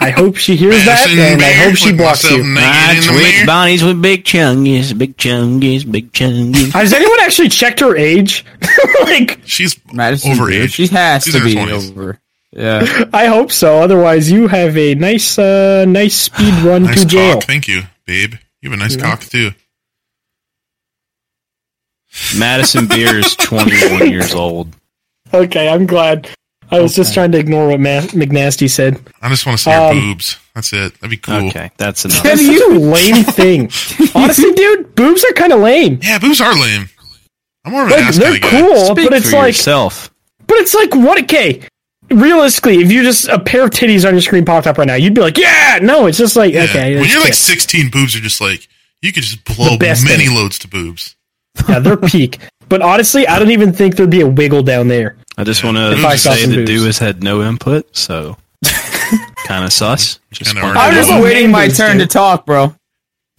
I hope she hears that, Madison and I Beer, hope she look blocks myself you. Ah, Naked in the mirror. bodies with big chungies, big chungies, big chungies. Has anyone actually checked her age? like, She's Madison, over dude, age. She has She's to in her be 20s. over. Yeah. I hope so. Otherwise, you have a nice, uh, nice speed run Nice to jail. cock. Thank you, babe. You have a nice cock too. Madison Beer is 21 years old. Okay, I'm glad. I was just trying to ignore what Ma- McNasty said. I just want to see her Um, boobs. That's it. That'd be cool. Okay, that's enough. That's such a lame thing. Honestly, dude, boobs are kind of lame. Yeah, boobs are lame. I'm more of an Like, ass they're kind of guy. cool, Speak but it's for like, yourself. but it's like what? Okay, realistically, if you just a pair of titties on your screen popped up right now, you'd be like, yeah, no, it's just like Yeah. okay, when it's you're like tits. 16, boobs are just like you could just blow The best many thing. loads to boobs. yeah, they're peak. But honestly, I don't even think there'd be a wiggle down there. I just want If I to saw say some that boobs. Dew has had no input, so kind of sus. Just Kinda wanted I'm already to- just man waiting my boobs, turn to dude. talk, bro. All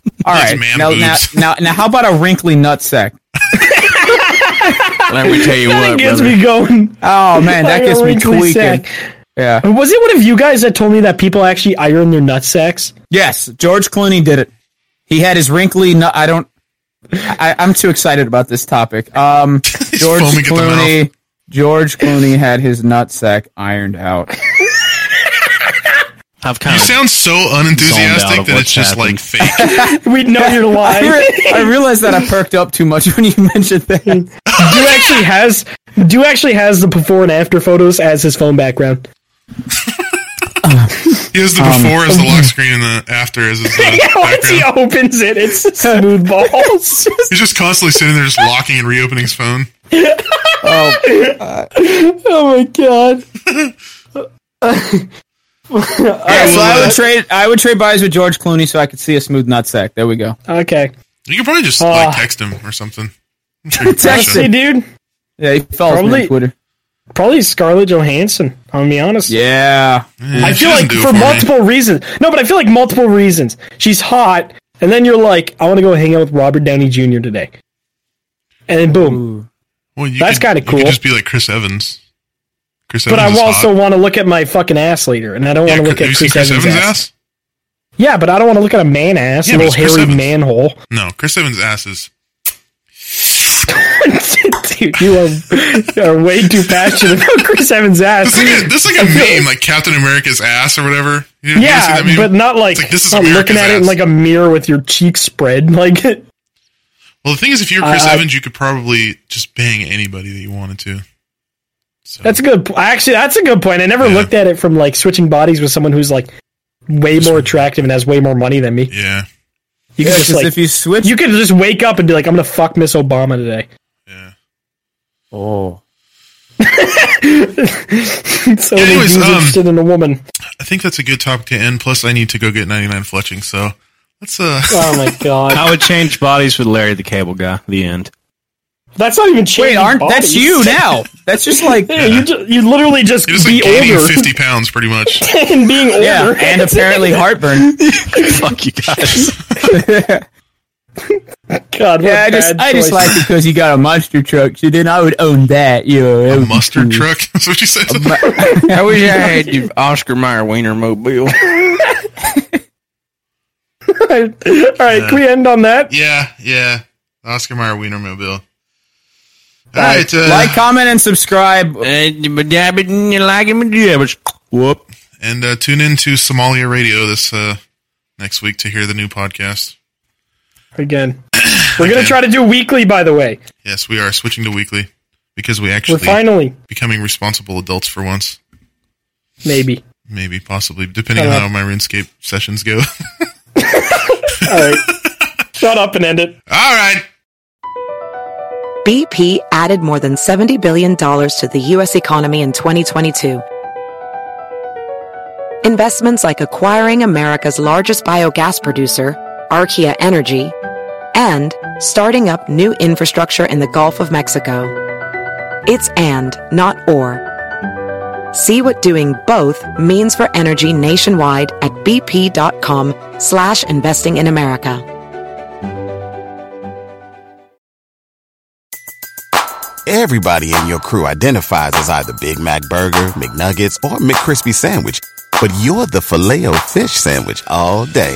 It's right. man Now, now, boobs. now, now, how about a wrinkly nutsack? Let me tell you That what, gets brother. me going. Oh, man, that Like a gets me wrinkly tweaking. sack. Yeah. Was it one of you guys that told me that people actually iron their nut sacks? Yes, George Clooney did it. He had his wrinkly. Nu- I don't. I, I'm too excited about this topic. Um, George foaming at the Clooney. George Clooney had his nutsack ironed out. I've kind You of sound so Zoned out unenthusiastic of that what's it's just like fake. We know you're I, lying. re- I realized that I perked up too much when you mentioned that. Do actually has Do actually has the before and after photos as his phone background. He has the before as the lock screen and the after as his. Uh, Um, yeah, once he background. opens it, it's smooth balls. He's just constantly sitting there, just locking and reopening his phone. oh my god. Yeah, so I would trade. I would trade buys with George Clooney so I could see a smooth nutsack. There we go. Okay. You could probably just Ah. like text him or something. I'm sure you probably Text Honestly, should. dude, Yeah, he follows me Probably- on Twitter. probably Scarlett Johansson. I'm gonna be honest. Yeah, Yeah, I she feel doesn't like do it for me. multiple reasons. No, but I feel like multiple reasons. She's hot, and then you're like, I want to go hang out with Robert Downey Jr. today, and then boom. Well, you That's could- kinda you could cool. just be like Chris Evans. Chris But I Evans. is also hot. want to look at my fucking ass later, and I don't Yeah, want Chris- to look have at you Chris, seen Chris Evans' Evans' ass. ass? Yeah, but I don't want to look at a man ass, Yeah, but little it's Chris hairy Evans. manhole. No, Chris Evans' ass is. Dude, you are, you are way too passionate about Chris Evans' This ass. is like a, this is like a meme, like Captain America's ass or whatever. You ever seen Yeah, that meme? but not like, It's like, this is not America's looking at it in ass. like a mirror with your cheeks spread. Like, Well, the thing is, if you're Chris I- I- Evans, you could probably just bang anybody that you wanted to. That's a good. Actually, that's a good point. I never looked at it from like switching bodies with someone who's like way more attractive and has way more money than me. Yeah. You Yeah, could just 'cause like if you switch, you could just wake up and be like, I'm gonna fuck Miss Obama today. Oh. so many Anyways, dudes um, interested in a woman. I think that's a good topic to end. Plus, I need to go get 99 fletching. So let's uh. Oh my god, I would change bodies with Larry the Cable Guy. The end. that's not even Wait, changing. aren't bodies. that's you now? That's just like Yeah, you just, you literally just You're just be like gaining older 50 pounds, pretty much. and being older. yeah, and apparently heartburn. Fuck you guys. God, what Yeah, I bad just I just choices. like because you got a monster truck, so then I would own that. You know, it A would be mustard cool. truck. That's what you said. I wish I had the Oscar Mayer Wiener Mobile. All right, can we end on that? yeah, yeah. Oscar Mayer Wienermobile. All All right. Uh, like, comment, and subscribe. Whoop. and uh, tune in to Somalia Radio this uh, next week to hear the new podcast. Again, we're gonna try to do weekly. By the way, Yes, we are switching to weekly because we we're actually finally becoming responsible adults for once. maybe. Maybe, possibly, depending on how Uh-huh. my RuneScape sessions go. All right, shut up and end it. All right. BP added more than $70 billion to the U.S. economy in 2022. Investments like acquiring America's largest biogas producer, Archaea Energy, and starting up new infrastructure in the Gulf of Mexico. It's and, not or. See what doing both means for energy nationwide at bp.com slash investing in America. Everybody in your crew identifies as either Big Mac Burger, McNuggets, or McCrispy Sandwich. But you're the filet fish Sandwich all day.